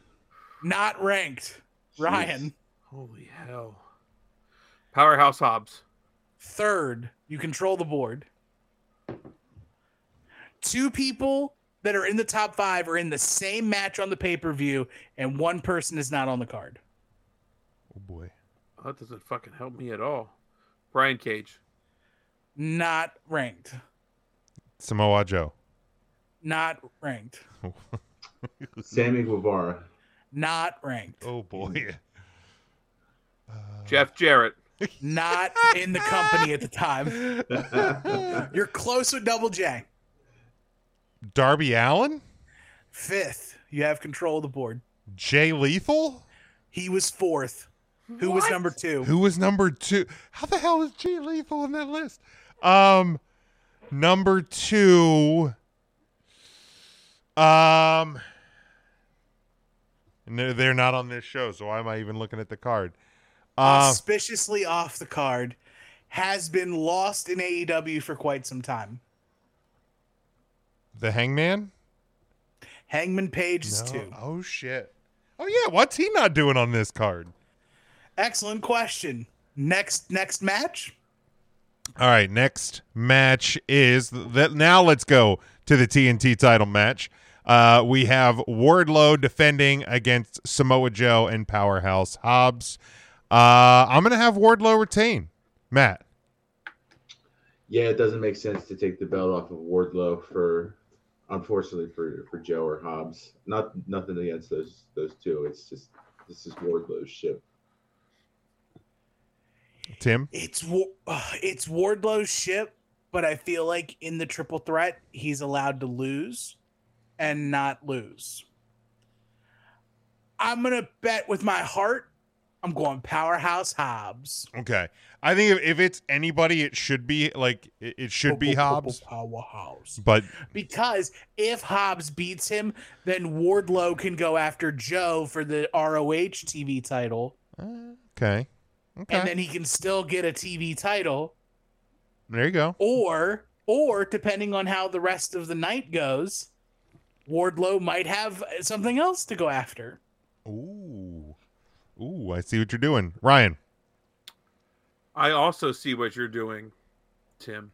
Not ranked. Ryan. Holy hell. Powerhouse Hobbs. Third. You control the board. Two people that are in the top five are in the same match on the pay per view, and one person is not on the card. Oh boy. That doesn't fucking help me at all. Brian Cage. Not ranked. Samoa Joe. Not ranked. Sammy Guevara. Not ranked. Oh boy. Jeff Jarrett. Not in the company at the time. You're close with Double J. Darby Allen. Fifth. You have control of the board. Jay Lethal. He was fourth. Who was number two? Who was number two? How the hell is Jay Lethal on that list? Um, Number two. Um. No, they're not on this show, so why am I even looking at the card? Uh, Auspiciously off the card, has been lost in AEW for quite some time. the Hangman. Hangman Page is No. two. Oh shit! Oh yeah, what's he not doing on this card? Excellent question. Next next match. All right, next match is that. Now let's go to the TNT title match. Uh, we have Wardlow defending against Samoa Joe and Powerhouse Hobbs. Uh, I'm gonna have Wardlow retain. Matt, Yeah, it doesn't make sense to take the belt off of Wardlow for, unfortunately for for Joe or Hobbs. Not nothing against those those two. It's just this is Wardlow's ship. Tim, It's Wa- <sighs> ugh, it's Wardlow's ship, but I feel like in the triple threat, he's allowed to lose and not lose. I'm gonna bet with my heart. I'm going powerhouse Hobbs. okay. I think if, if it's anybody, it should be like it, it should be Hobbs. Powerhouse. But Because if Hobbs beats him, then Wardlow can go after Joe for the ROH TV title, <laughs> okay, and then he can still get a TV title. there you go. Or, or depending on how the rest of the night goes, Wardlow might have something else to go after. Ooh, ooh, I see what you're doing, Ryan. I also see what you're doing, Tim,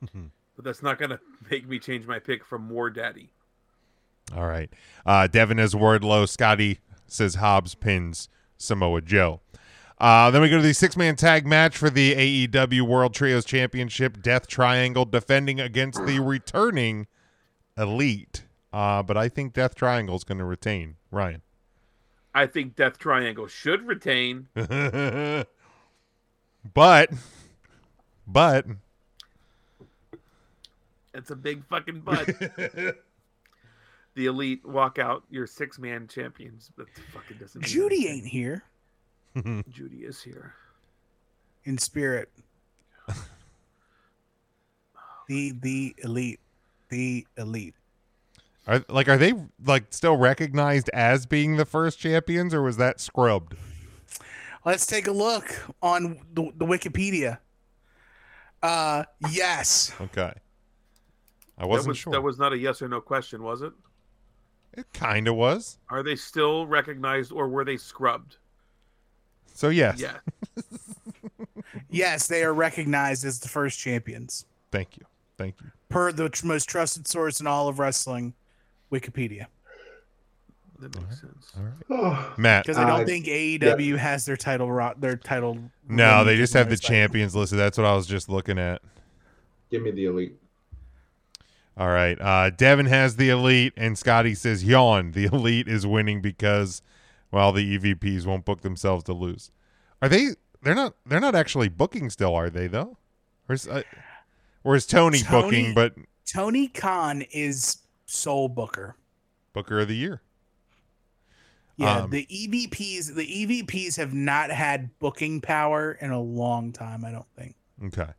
but that's not going to <laughs> make me change my pick from War Daddy. All right. Uh, Devin is Wardlow. Scotty says Hobbs pins Samoa Joe. Uh, then we go to the six man tag match for the AEW World Trios Championship Death Triangle defending against the returning Elite. Uh, but I think Death Triangle is going to retain. Ryan. <laughs> I think Death Triangle should retain. but, but, It's a big <laughs> fucking butt. the elite walk out your six man champions. That fucking doesn't. mean Judy ain't here anything. Judy is here. in spirit. <laughs> the the elite, the elite. are, like, are they like still recognized as being the first champions, or was that scrubbed? Let's take a look on the, the Wikipedia. Uh, yes. Okay, I that wasn't was, sure. That was not a yes or no question, was it? Kind of was. Are they still recognized or were they scrubbed? So yes. Yeah. Yes, they are recognized as the first champions Thank you. Thank you. per the tr- most trusted source in all of wrestling, Wikipedia. That makes sense. Matt. Because I don't Uh, think AEW has their title ro- their title. No, they lineage just in have their the site. champions listed. That's what I was just looking at. Give me the elite. All right. Uh Devin has the elite and Scotty says yawn. The elite is winning because well, the EVPs won't book themselves to lose. Are they they're not they're not actually booking still, are they though? Or is uh, or is Tony, booking but Tony Khan is sole booker. booker of the year? Yeah, Um, the EVPs the EVPs have not had booking power in a long time. I don't think. Okay.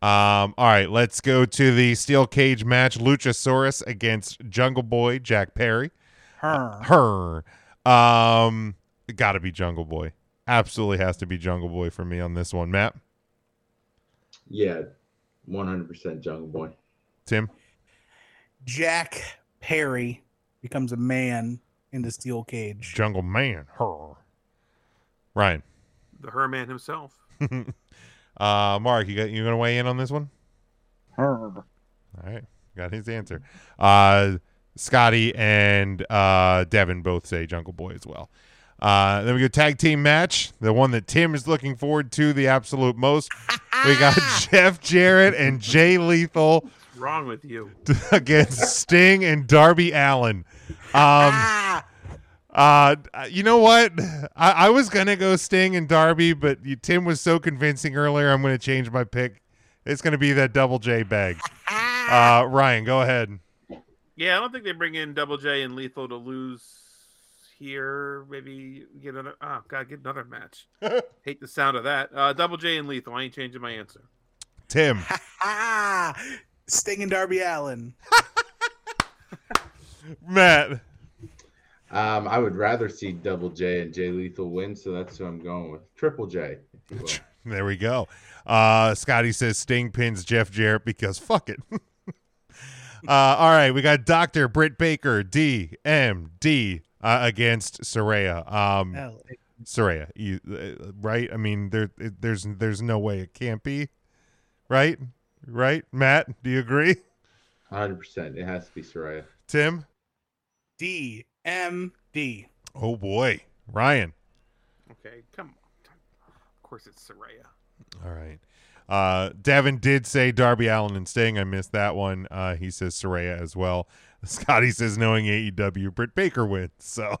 Um, all right, let's go to the steel cage match: Luchasaurus against Jungle Boy Jack Perry. Her. her. Um, got to be Jungle Boy. Absolutely has to be Jungle Boy for me on this one. Matt, Yeah, one hundred percent Jungle Boy. Tim. Jack Perry becomes a man in the steel cage. Jungle Man. Her. Ryan. The Herman himself. uh, Mark, you got you gonna weigh in on this one? Her. All right, got his answer. Uh, Scotty and uh, Devin both say Jungle Boy as well. Uh, then we go tag team match, the one that Tim is looking forward to the absolute most. we got <laughs> Jeff Jarrett and Jay Lethal What's wrong with you? <laughs> against Sting and Darby Allen. Um, uh, you know what? I, I was gonna go Sting and Darby, but you, Tim was so convincing earlier. I'm gonna change my pick. It's gonna be that double J bag. Uh, Ryan, go ahead. Yeah, I don't think they bring in Double J and Lethal to lose here. Maybe get another. Oh God, get <laughs> another match. Hate the sound of that. Uh, Double J and Lethal. I ain't changing my answer. Tim. Ah, Sting and Darby Allen. Matt. Um, I would rather see Double J and Jay Lethal win, so that's who I'm going with. Triple J. if you will. There we go. Uh, Scotty says Sting pins Jeff Jarrett because fuck it. <laughs> uh, all right, we got Doctor Britt Baker DMD uh, against Soraya. Um, Hell, Soraya, you, uh, right? I mean, there, it- there's, there's no way it can't be, right? Right, Matt? Do you agree? <laughs> 100%. It has to be Soraya. Tim? D M D. Oh boy, Ryan. Okay, come on. Of course it's Soraya. All right. Uh, Davin did say Darby Allen and Sting. I missed that one. Uh, he says Soraya as well. <laughs> Scotty says knowing AEW, Britt Baker wins. <laughs> So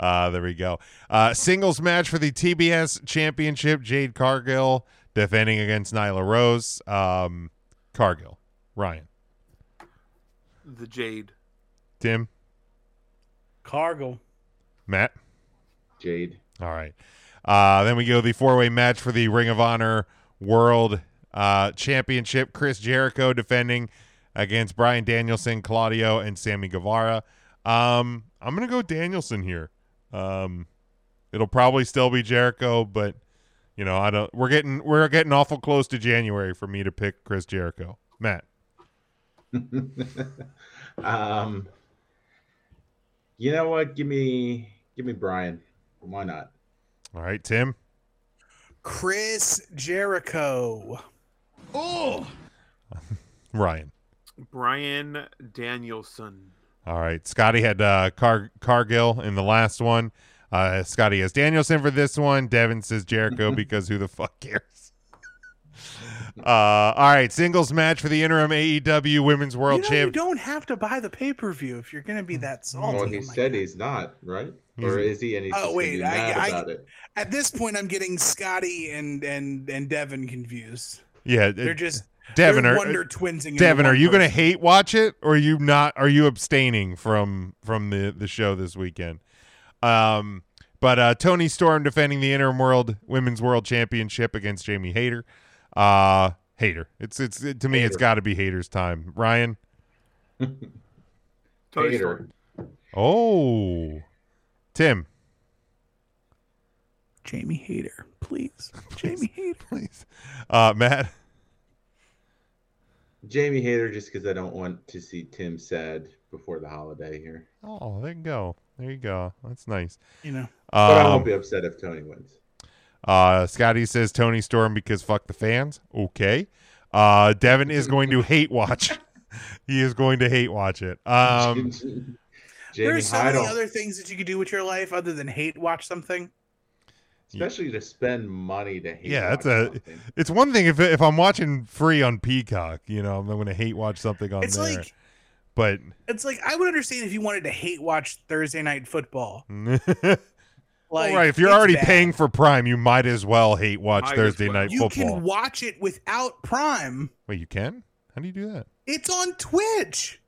uh, there we go. Uh, singles match for the TBS Championship. Jade Cargill defending against Nyla Rose. Um, Cargill. Ryan. The Jade. Tim. Cargill. Matt. Jade. <laughs> All right. Uh, then we go the four way match for the Ring of Honor World uh, Championship. Chris Jericho defending against Brian Danielson, Claudio, and Sammy Guevara. Um, I'm going to go Danielson here. Um, it'll probably still be Jericho, but you know, I don't. We're getting we're getting awful close to January for me to pick Chris Jericho. Matt, um, you know what? Give me, give me Brian. Why not? all right, Tim. Chris Jericho. Oh! Ryan. Brian Danielson. All right. Scotty had uh, Car- Cargill in the last one. Uh, Scotty has Danielson for this one. Devin says <laughs> Jericho because who the fuck cares? <laughs> Uh, all right. Singles match for the interim AEW Women's World you, know, you Champ. don't have to buy the pay per view if you're going to be that salty. Well, he Oh my said he's not, right? He's- Or is he? And he's Oh, just gonna be wait, I- mad I- about it. At this point, I'm getting Scotty and and and Devin confused. Yeah, they're it- just Uh, Devin, they're are, uh, Wonder Twinsing. into Devin, one are you going to person. hate watch it, or are you not? Are you abstaining from from the the show this weekend? Um, but uh, Tony Storm defending the interim world women's world championship against Jamie Hayter. Uh, Hayter. It's it's it- to me, it's Hayter. got to be Hayter's time. Ryan. Tony Hater. <laughs> Storm. Oh, <laughs> Tim. Jamie Hader, <laughs> please, Jamie Hader, please. Uh, Matt. Jamie Hater, just because I don't want to see Tim sad before the holiday here. Oh, there you go. There you go. That's nice. You know. But I Um, won't be upset if Tony wins. Uh, Scotty says Tony Storm because fuck the fans. Okay. Uh, Devin is going to hate watch. <laughs> he is going to hate watch it. <laughs> Um, <laughs> Jamie There's so Heidel, many other things that you could do with your life other than hate watch something. especially to spend money to hate. yeah, that's watch a. something. <laughs> It's one thing if if I'm watching free on Peacock, you know, I'm going to hate watch something on It's there. like- but <laughs> It's like I would understand if you wanted to hate watch Thursday night football. Like, all right, if you're it's already bad. paying for Prime, you might as well hate watch Might as Thursday well. Night you Football. can watch it without Prime. Wait, you can? How do you do that? It's on <laughs> Twitch.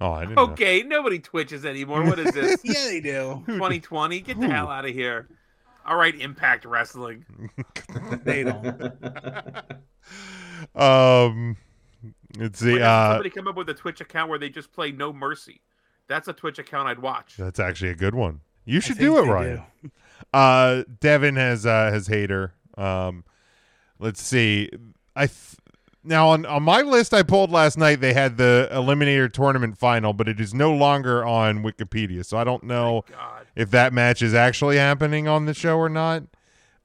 Oh, I didn't. know. Okay, nobody twitches <laughs> anymore. What is this? Yeah, they do. 2020? Get the hell out of here. All right, Impact Wrestling. <laughs> They don't. Um, let's see. Why doesn't Uh, somebody come up with a Twitch account where they just play No Mercy. That's a Twitch account I'd watch. That's actually a good one. You should think do it, they Ryan. uh, Devin has uh, has hater. Um, let's see. I th- now on on my list I pulled last night. They had the Eliminator tournament final, but it is no longer on Wikipedia, so I don't know God. if that match is actually happening on the show or not.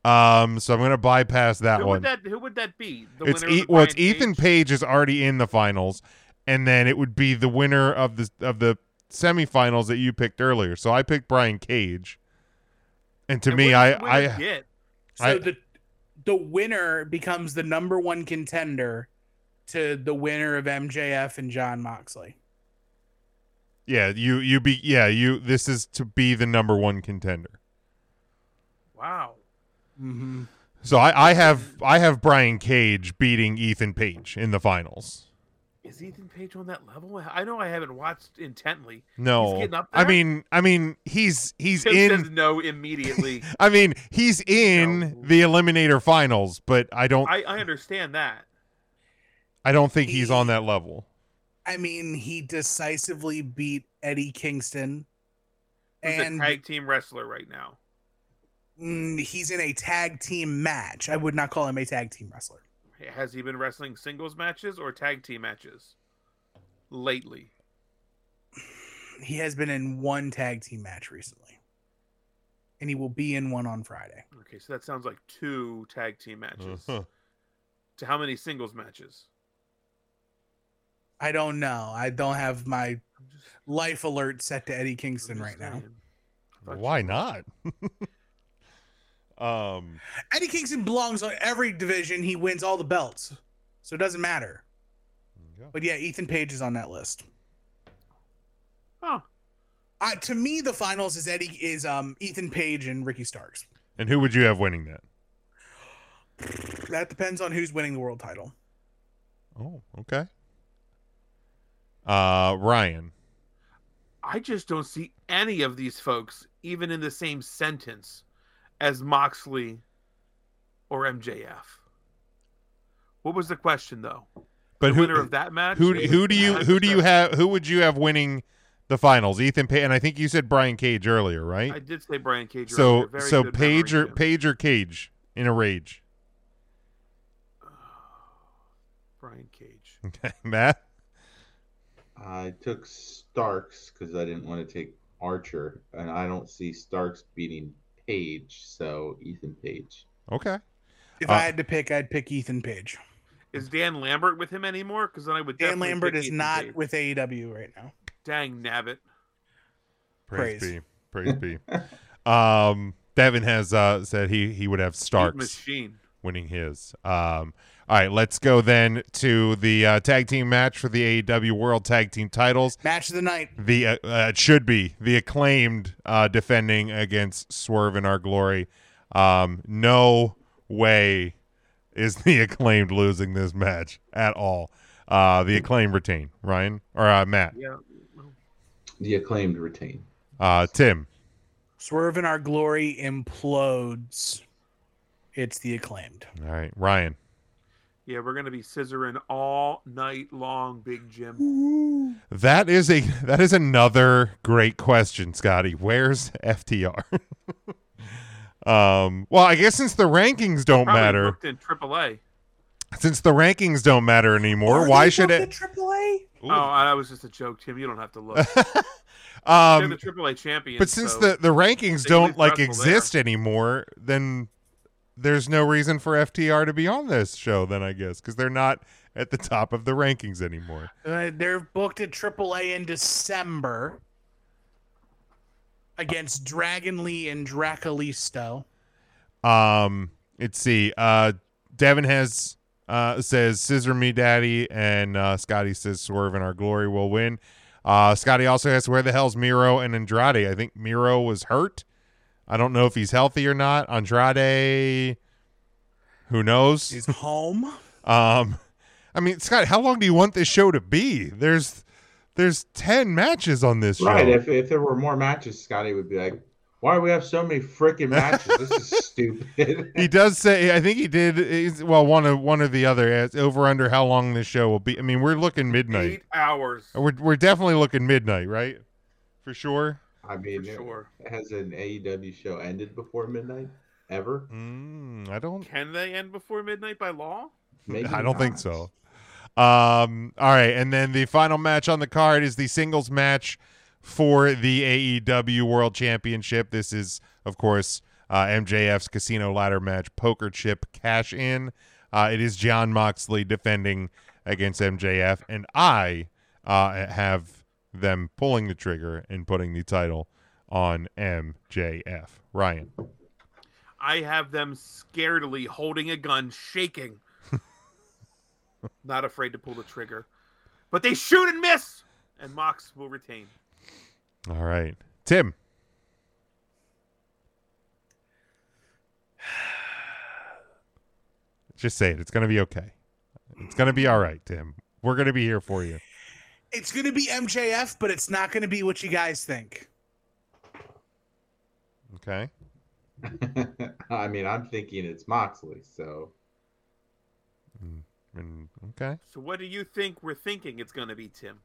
Um, so I'm gonna bypass that who one. would that who would that be? The it's winner of e- the well, it's Brian Ethan Cage? Page is already in the finals, and then it would be the winner of the of the semifinals that you picked earlier. So I picked Brian Cage, and to And me, what I does the winner I get? So I- the the winner becomes the number one contender to the winner of MJF and John Moxley. yeah you you be yeah you this is to be the number one contender. Wow. Mm-hmm. So I I have I have Brian Cage beating Ethan Page in the finals. Is Ethan Page on that level? I know I haven't watched intently. He's No, getting up I there? mean I mean he's he's Tim in. says <laughs> no immediately. I mean, he's in the Eliminator Finals, but I don't. I, I understand that. I don't think he's on that level. I mean, he decisively beat Eddie Kingston, He's and a tag team wrestler right now. mm, he's in a tag team match. I would not call him a tag team wrestler. Has he been wrestling singles matches or tag team matches lately? He has been in one tag team match recently, and he will be in one on Friday. Okay, so that sounds like two tag <laughs> team matches. Uh-huh. To how many singles matches? I don't know. I don't have my life alert set to Eddie Kingston right now. Why <laughs> not? um, Eddie Kingston belongs on every division. He wins all the belts, so it doesn't matter. But yeah, Ethan Page is on that list. Huh. Uh, to me, the finals is Eddie is um Ethan Page and Ricky Starks. and who would you have winning that? That depends on who's winning the world title. Oh, okay. Uh, Ryan. I just don't see any of these folks even in the same sentence as Moxley or MJF. What was the question though? But the who, winner of that match? Who who do you who do you have who would you have winning the finals? Ethan Page and I think you said Brian Cage earlier, right? I did say Brian Cage. so earlier. Very so good Page memory, or Page or Cage in a rage. <laughs> Brian Cage. Okay, Matt. I took Starks because I didn't want to take Archer, and I don't see Starks beating Page, so Ethan Page. Okay. If I had to pick, I'd pick Ethan Page. Is Dan Lambert with him anymore? Because then I would. Dan definitely Lambert pick is Ethan not Page. with AEW right now. Dang nabbit. Praise, Praise. be. Praise be. <laughs> Um Devin has uh said he he would have Starks machine. winning his. Um all right, let's go then to the uh, tag team match for the AEW World Tag Team titles. Match of the night. The uh, uh, it should be the acclaimed uh, defending against Swerve in our glory. Um, no way is the <laughs> acclaimed losing this match at all. Uh, the acclaimed retain Ryan or uh, Matt. Yeah. The acclaimed retain. Uh, Tim. Swerve in our glory implodes. It's the acclaimed. All right, Ryan. Yeah, we're gonna be scissoring all night long, Big Jim. That is a <laughs> that is another great question, Scotty. Where's <laughs> FTR? um, well, I guess since the rankings don't Probably matter, booked in AAA. since the rankings don't matter anymore, why should it? AAA? Oh, I was just a joke, Tim. You don't have to look. <laughs> Um, They're the AAA champions. But since so the, the rankings they don't always like wrestle there. exist anymore, then there's no reason for FTR to be on this show. Then I guess because they're not at the top of the rankings anymore. Uh, they're booked at AAA in December against Dragon Lee and Dracalisto. Um, let's see. Uh, Devin has uh says scissor me daddy, and uh, Scotty says swerve and our glory will win. Uh, Scotty also asks where the hell's Miro and Andrade. I think Miro was hurt. I don't know if he's healthy or not. Andrade, who knows? He's home. Um, I mean, Scott, how long do you want this show to be? There's there's ten matches on this Right. show. If, if there were more matches, Scotty would be like, why do we have so many freaking matches? This <laughs> is stupid. he does say, I think he did. he's- Well, one of one or the other. as Over under how long this show will be. I mean, we're looking midnight. Oh, eight hours We're we're definitely looking midnight, right? For sure. I mean, sure. has an AEW show ended before midnight ever? Mm, I don't. Can they end before midnight by law? Maybe I don't think not. <laughs> so. Um, all right, and then the final match on the card is the singles match for the AEW World Championship. This is, of course, uh, MJF's casino ladder match, poker chip cash in. Uh, it is John Moxley defending against MJF, and I uh, have them pulling the trigger and putting the title on MJF. Ryan. I have them scaredly holding a gun, <laughs> shaking, not afraid to pull the trigger. But they shoot and miss, and Mox will retain. All right, Tim. <sighs> Just say it. It's gonna be okay. It's gonna be all right, Tim. We're gonna be here for you. It's going to be MJF, but it's not going to be what you guys think. Okay. I mean, I'm thinking it's Moxley, so And okay. So what do you think we're thinking it's going to be, Tim?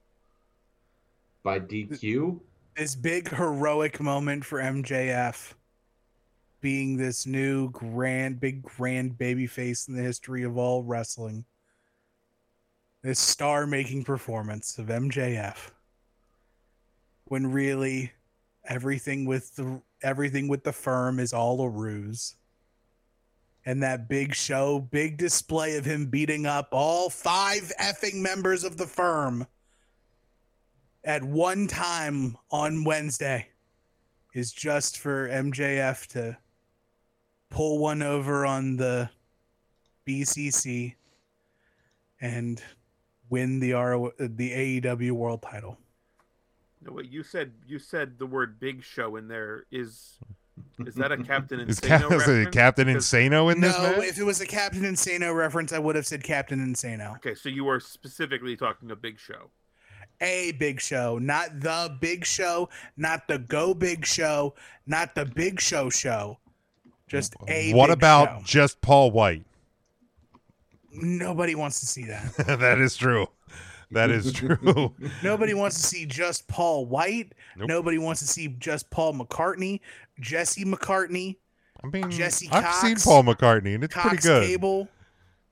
By DQ? This big heroic moment for MJF being this new grand, big grand baby face in the history of all wrestling. This star making performance of MJF. When really everything with the everything with the firm is all a ruse and that big show, big display of him beating up all five effing members of the firm at one time on Wednesday is just for MJF to pull one over on the BCC and win the RO, the AEW World Title. No, What you said, you said the word "big show" in there is. Is that a Captain <laughs> Insano Is, Cap- is it reference? Captain 'Cause- Insano in this no, match? if it was a Captain Insano reference, I would have said Captain Insano. Okay, so you are specifically talking a Big Show. a big show, not the big show, not the go big show, not the big show show. Just a Oh What big about show. just Paul White? <laughs> nobody wants to see that. that is true. That is <laughs> true. Nobody wants to see just Paul White. Nope. Nobody wants to see just Paul McCartney, Jesse McCartney. I mean, Jesse I've Cox, seen Paul McCartney, and it's Cox pretty good. Cable.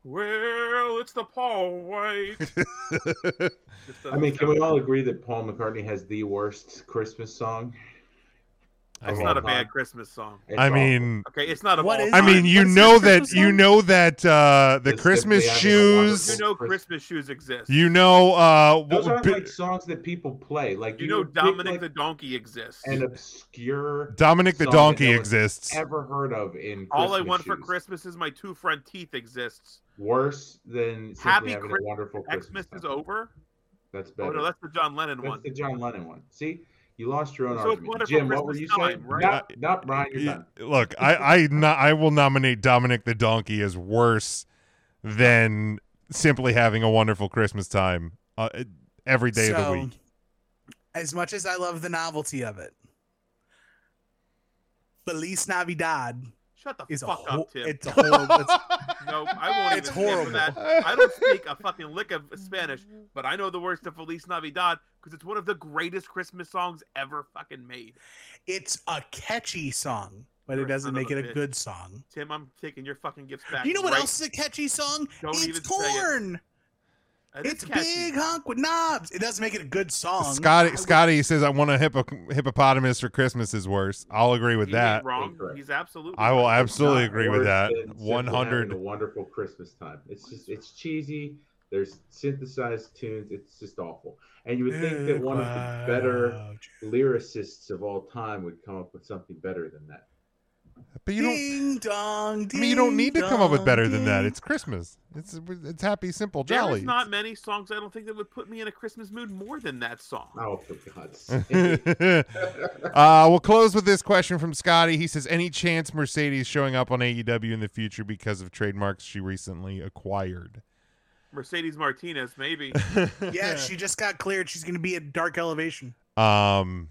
Well, it's the Paul <laughs> White. I mean, can we all agree that Paul McCartney has the worst Christmas song? It's not a bad Christmas song. It's <laughs> I awful. mean, Okay, it's not a What ball is I time. mean, you know that you know that uh, the Christmas You shoes. know Christmas shoes exist. You know, uh, Those what- aren't bi- like songs that people play. Like You know would pick, Dominic like, the Donkey exists. <laughs> an obscure Dominic the song that no Donkey one's exists. Ever heard of in All I Christmas want for shoes. Christmas is my two front teeth exists. worse than simply Happy having Christmas. a wonderful Christmas. Xmas is over. That's Oh better. no, that's the John Lennon That's one. the John Lennon one. See, you lost your own So it's argument. wonderful Jim, what were you Christmas saying? time, right? Not, not Brian. You're done. Uh, Look, I I, no, I will nominate Dominic the Donkey as worse than simply having a wonderful Christmas time uh, every day of the So, week. As much as I love the novelty of it, Feliz Navidad Shut the is a, fuck up, ho- Tim. it's <laughs> a horrible. It's, No, <laughs> I won't It's even stand for horrible. that. I don't speak a fucking lick of Spanish, but I know the words to Feliz Navidad because it's one of the greatest Christmas songs ever fucking made. it's a catchy song, but You're it a doesn't son of make a it a bitch. good song. Tim, I'm taking your fucking gifts back. You know what right- else is a catchy song? Don't it's even say it. corn. That is It's catchy. big hunk with knobs. It doesn't make it a good song. Scotty Scotty says I want a hippo- hippopotamus for Christmas is worse. I'll agree with He that. ain't wrong. He's absolutely. I will right. absolutely Not agree with worse that. than simply One having hundred. A wonderful Christmas time. It's just it's cheesy. There's synthesized tunes. It's just awful. And you would think that one of the better lyricists of all time would come up with something better than that. But you don't. ding dong. I mean, you don't ding need to come up with dong, better than that. ding. It's Christmas. It's it's happy, simple, There is jolly. not many songs I don't think that would put me in a Christmas mood more than that song. Oh, for <laughs> God's sake! uh, we'll close with this question from Scotty. He says, "Any chance Mercedes showing up on AEW in the future because of trademarks she recently acquired?" Mercedes Martinez, maybe. yeah, she just got cleared. She's going to be at Dark Elevation. Um,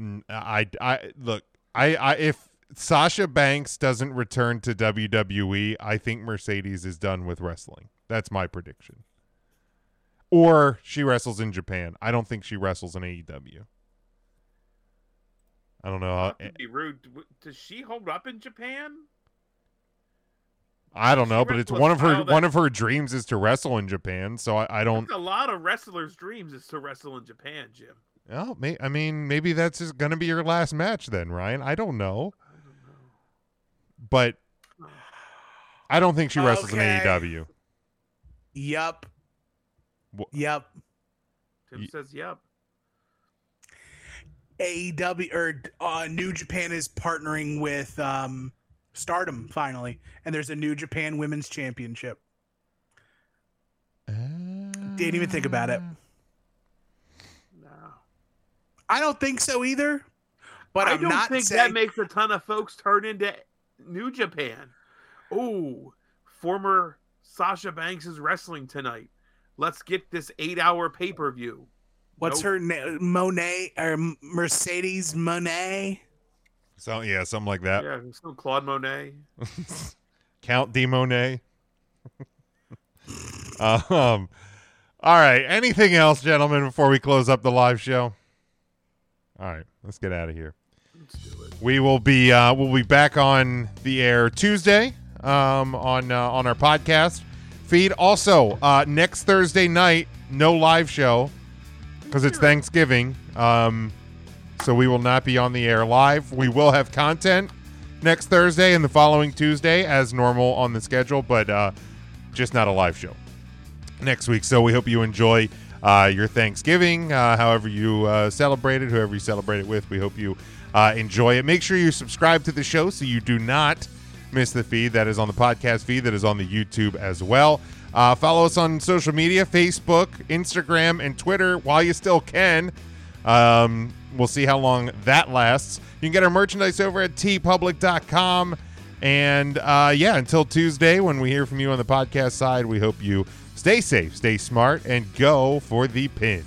n- I, I look, I, I if Sasha Banks doesn't return to WWE, I think Mercedes is done with wrestling. That's my prediction. Or she wrestles in Japan. I don't think she wrestles in AEW. I don't know. How, That'd be rude. W- Does she hold up in Japan? I don't know, She but it's wrestled one of her style that- one of her dreams is to wrestle in Japan. So I, I don't. That's a lot of wrestlers' dreams is to wrestle in Japan, Jim. Well, oh, may, I mean, maybe that's just gonna be your last match then, Ryan. I don't know, but I don't think she wrestles Okay. in E AEW. Yup. Wha- Yup. Tim Ye- says, "Yep." AEW E or uh, New Japan is partnering with um, Stardom finally, and there's a New Japan Women's Championship. Didn't even think about it. No, I don't think so either. But I I'm don't not think saying that makes a ton of folks turn into New Japan. Oh, former Sasha Banks is wrestling tonight. Let's get this eight-hour pay-per-view. what's her name, Monet or Mercedes Monet. So yeah, something like that. Yeah, some Claude Monet. Count D Monet. Um, all right. Anything else, gentlemen, before we close up the live show? All right, let's get out of here. We will be uh, we'll be back on the air Tuesday um, on uh, on our podcast feed. Also, uh, next Thursday night, no live show because it's Thanksgiving. Um, so we will not be on the air live. We will have content next Thursday and the following Tuesday as normal on the schedule, but uh, just not a live show next week. So we hope you enjoy uh, your Thanksgiving, uh, however you uh, celebrate it, whoever you celebrate it with. We hope you uh, enjoy it. Make sure you subscribe to the show so you do not miss the feed that is on the podcast feed, that is on the YouTube as well. Uh, follow us on social media Facebook, Instagram, and Twitter while you still can. Um, we'll see how long that lasts. You can get our merchandise over at tpublic.com. And uh, yeah, until Tuesday, when we hear from you on the podcast side, we hope you stay safe, stay smart, and go for the pin.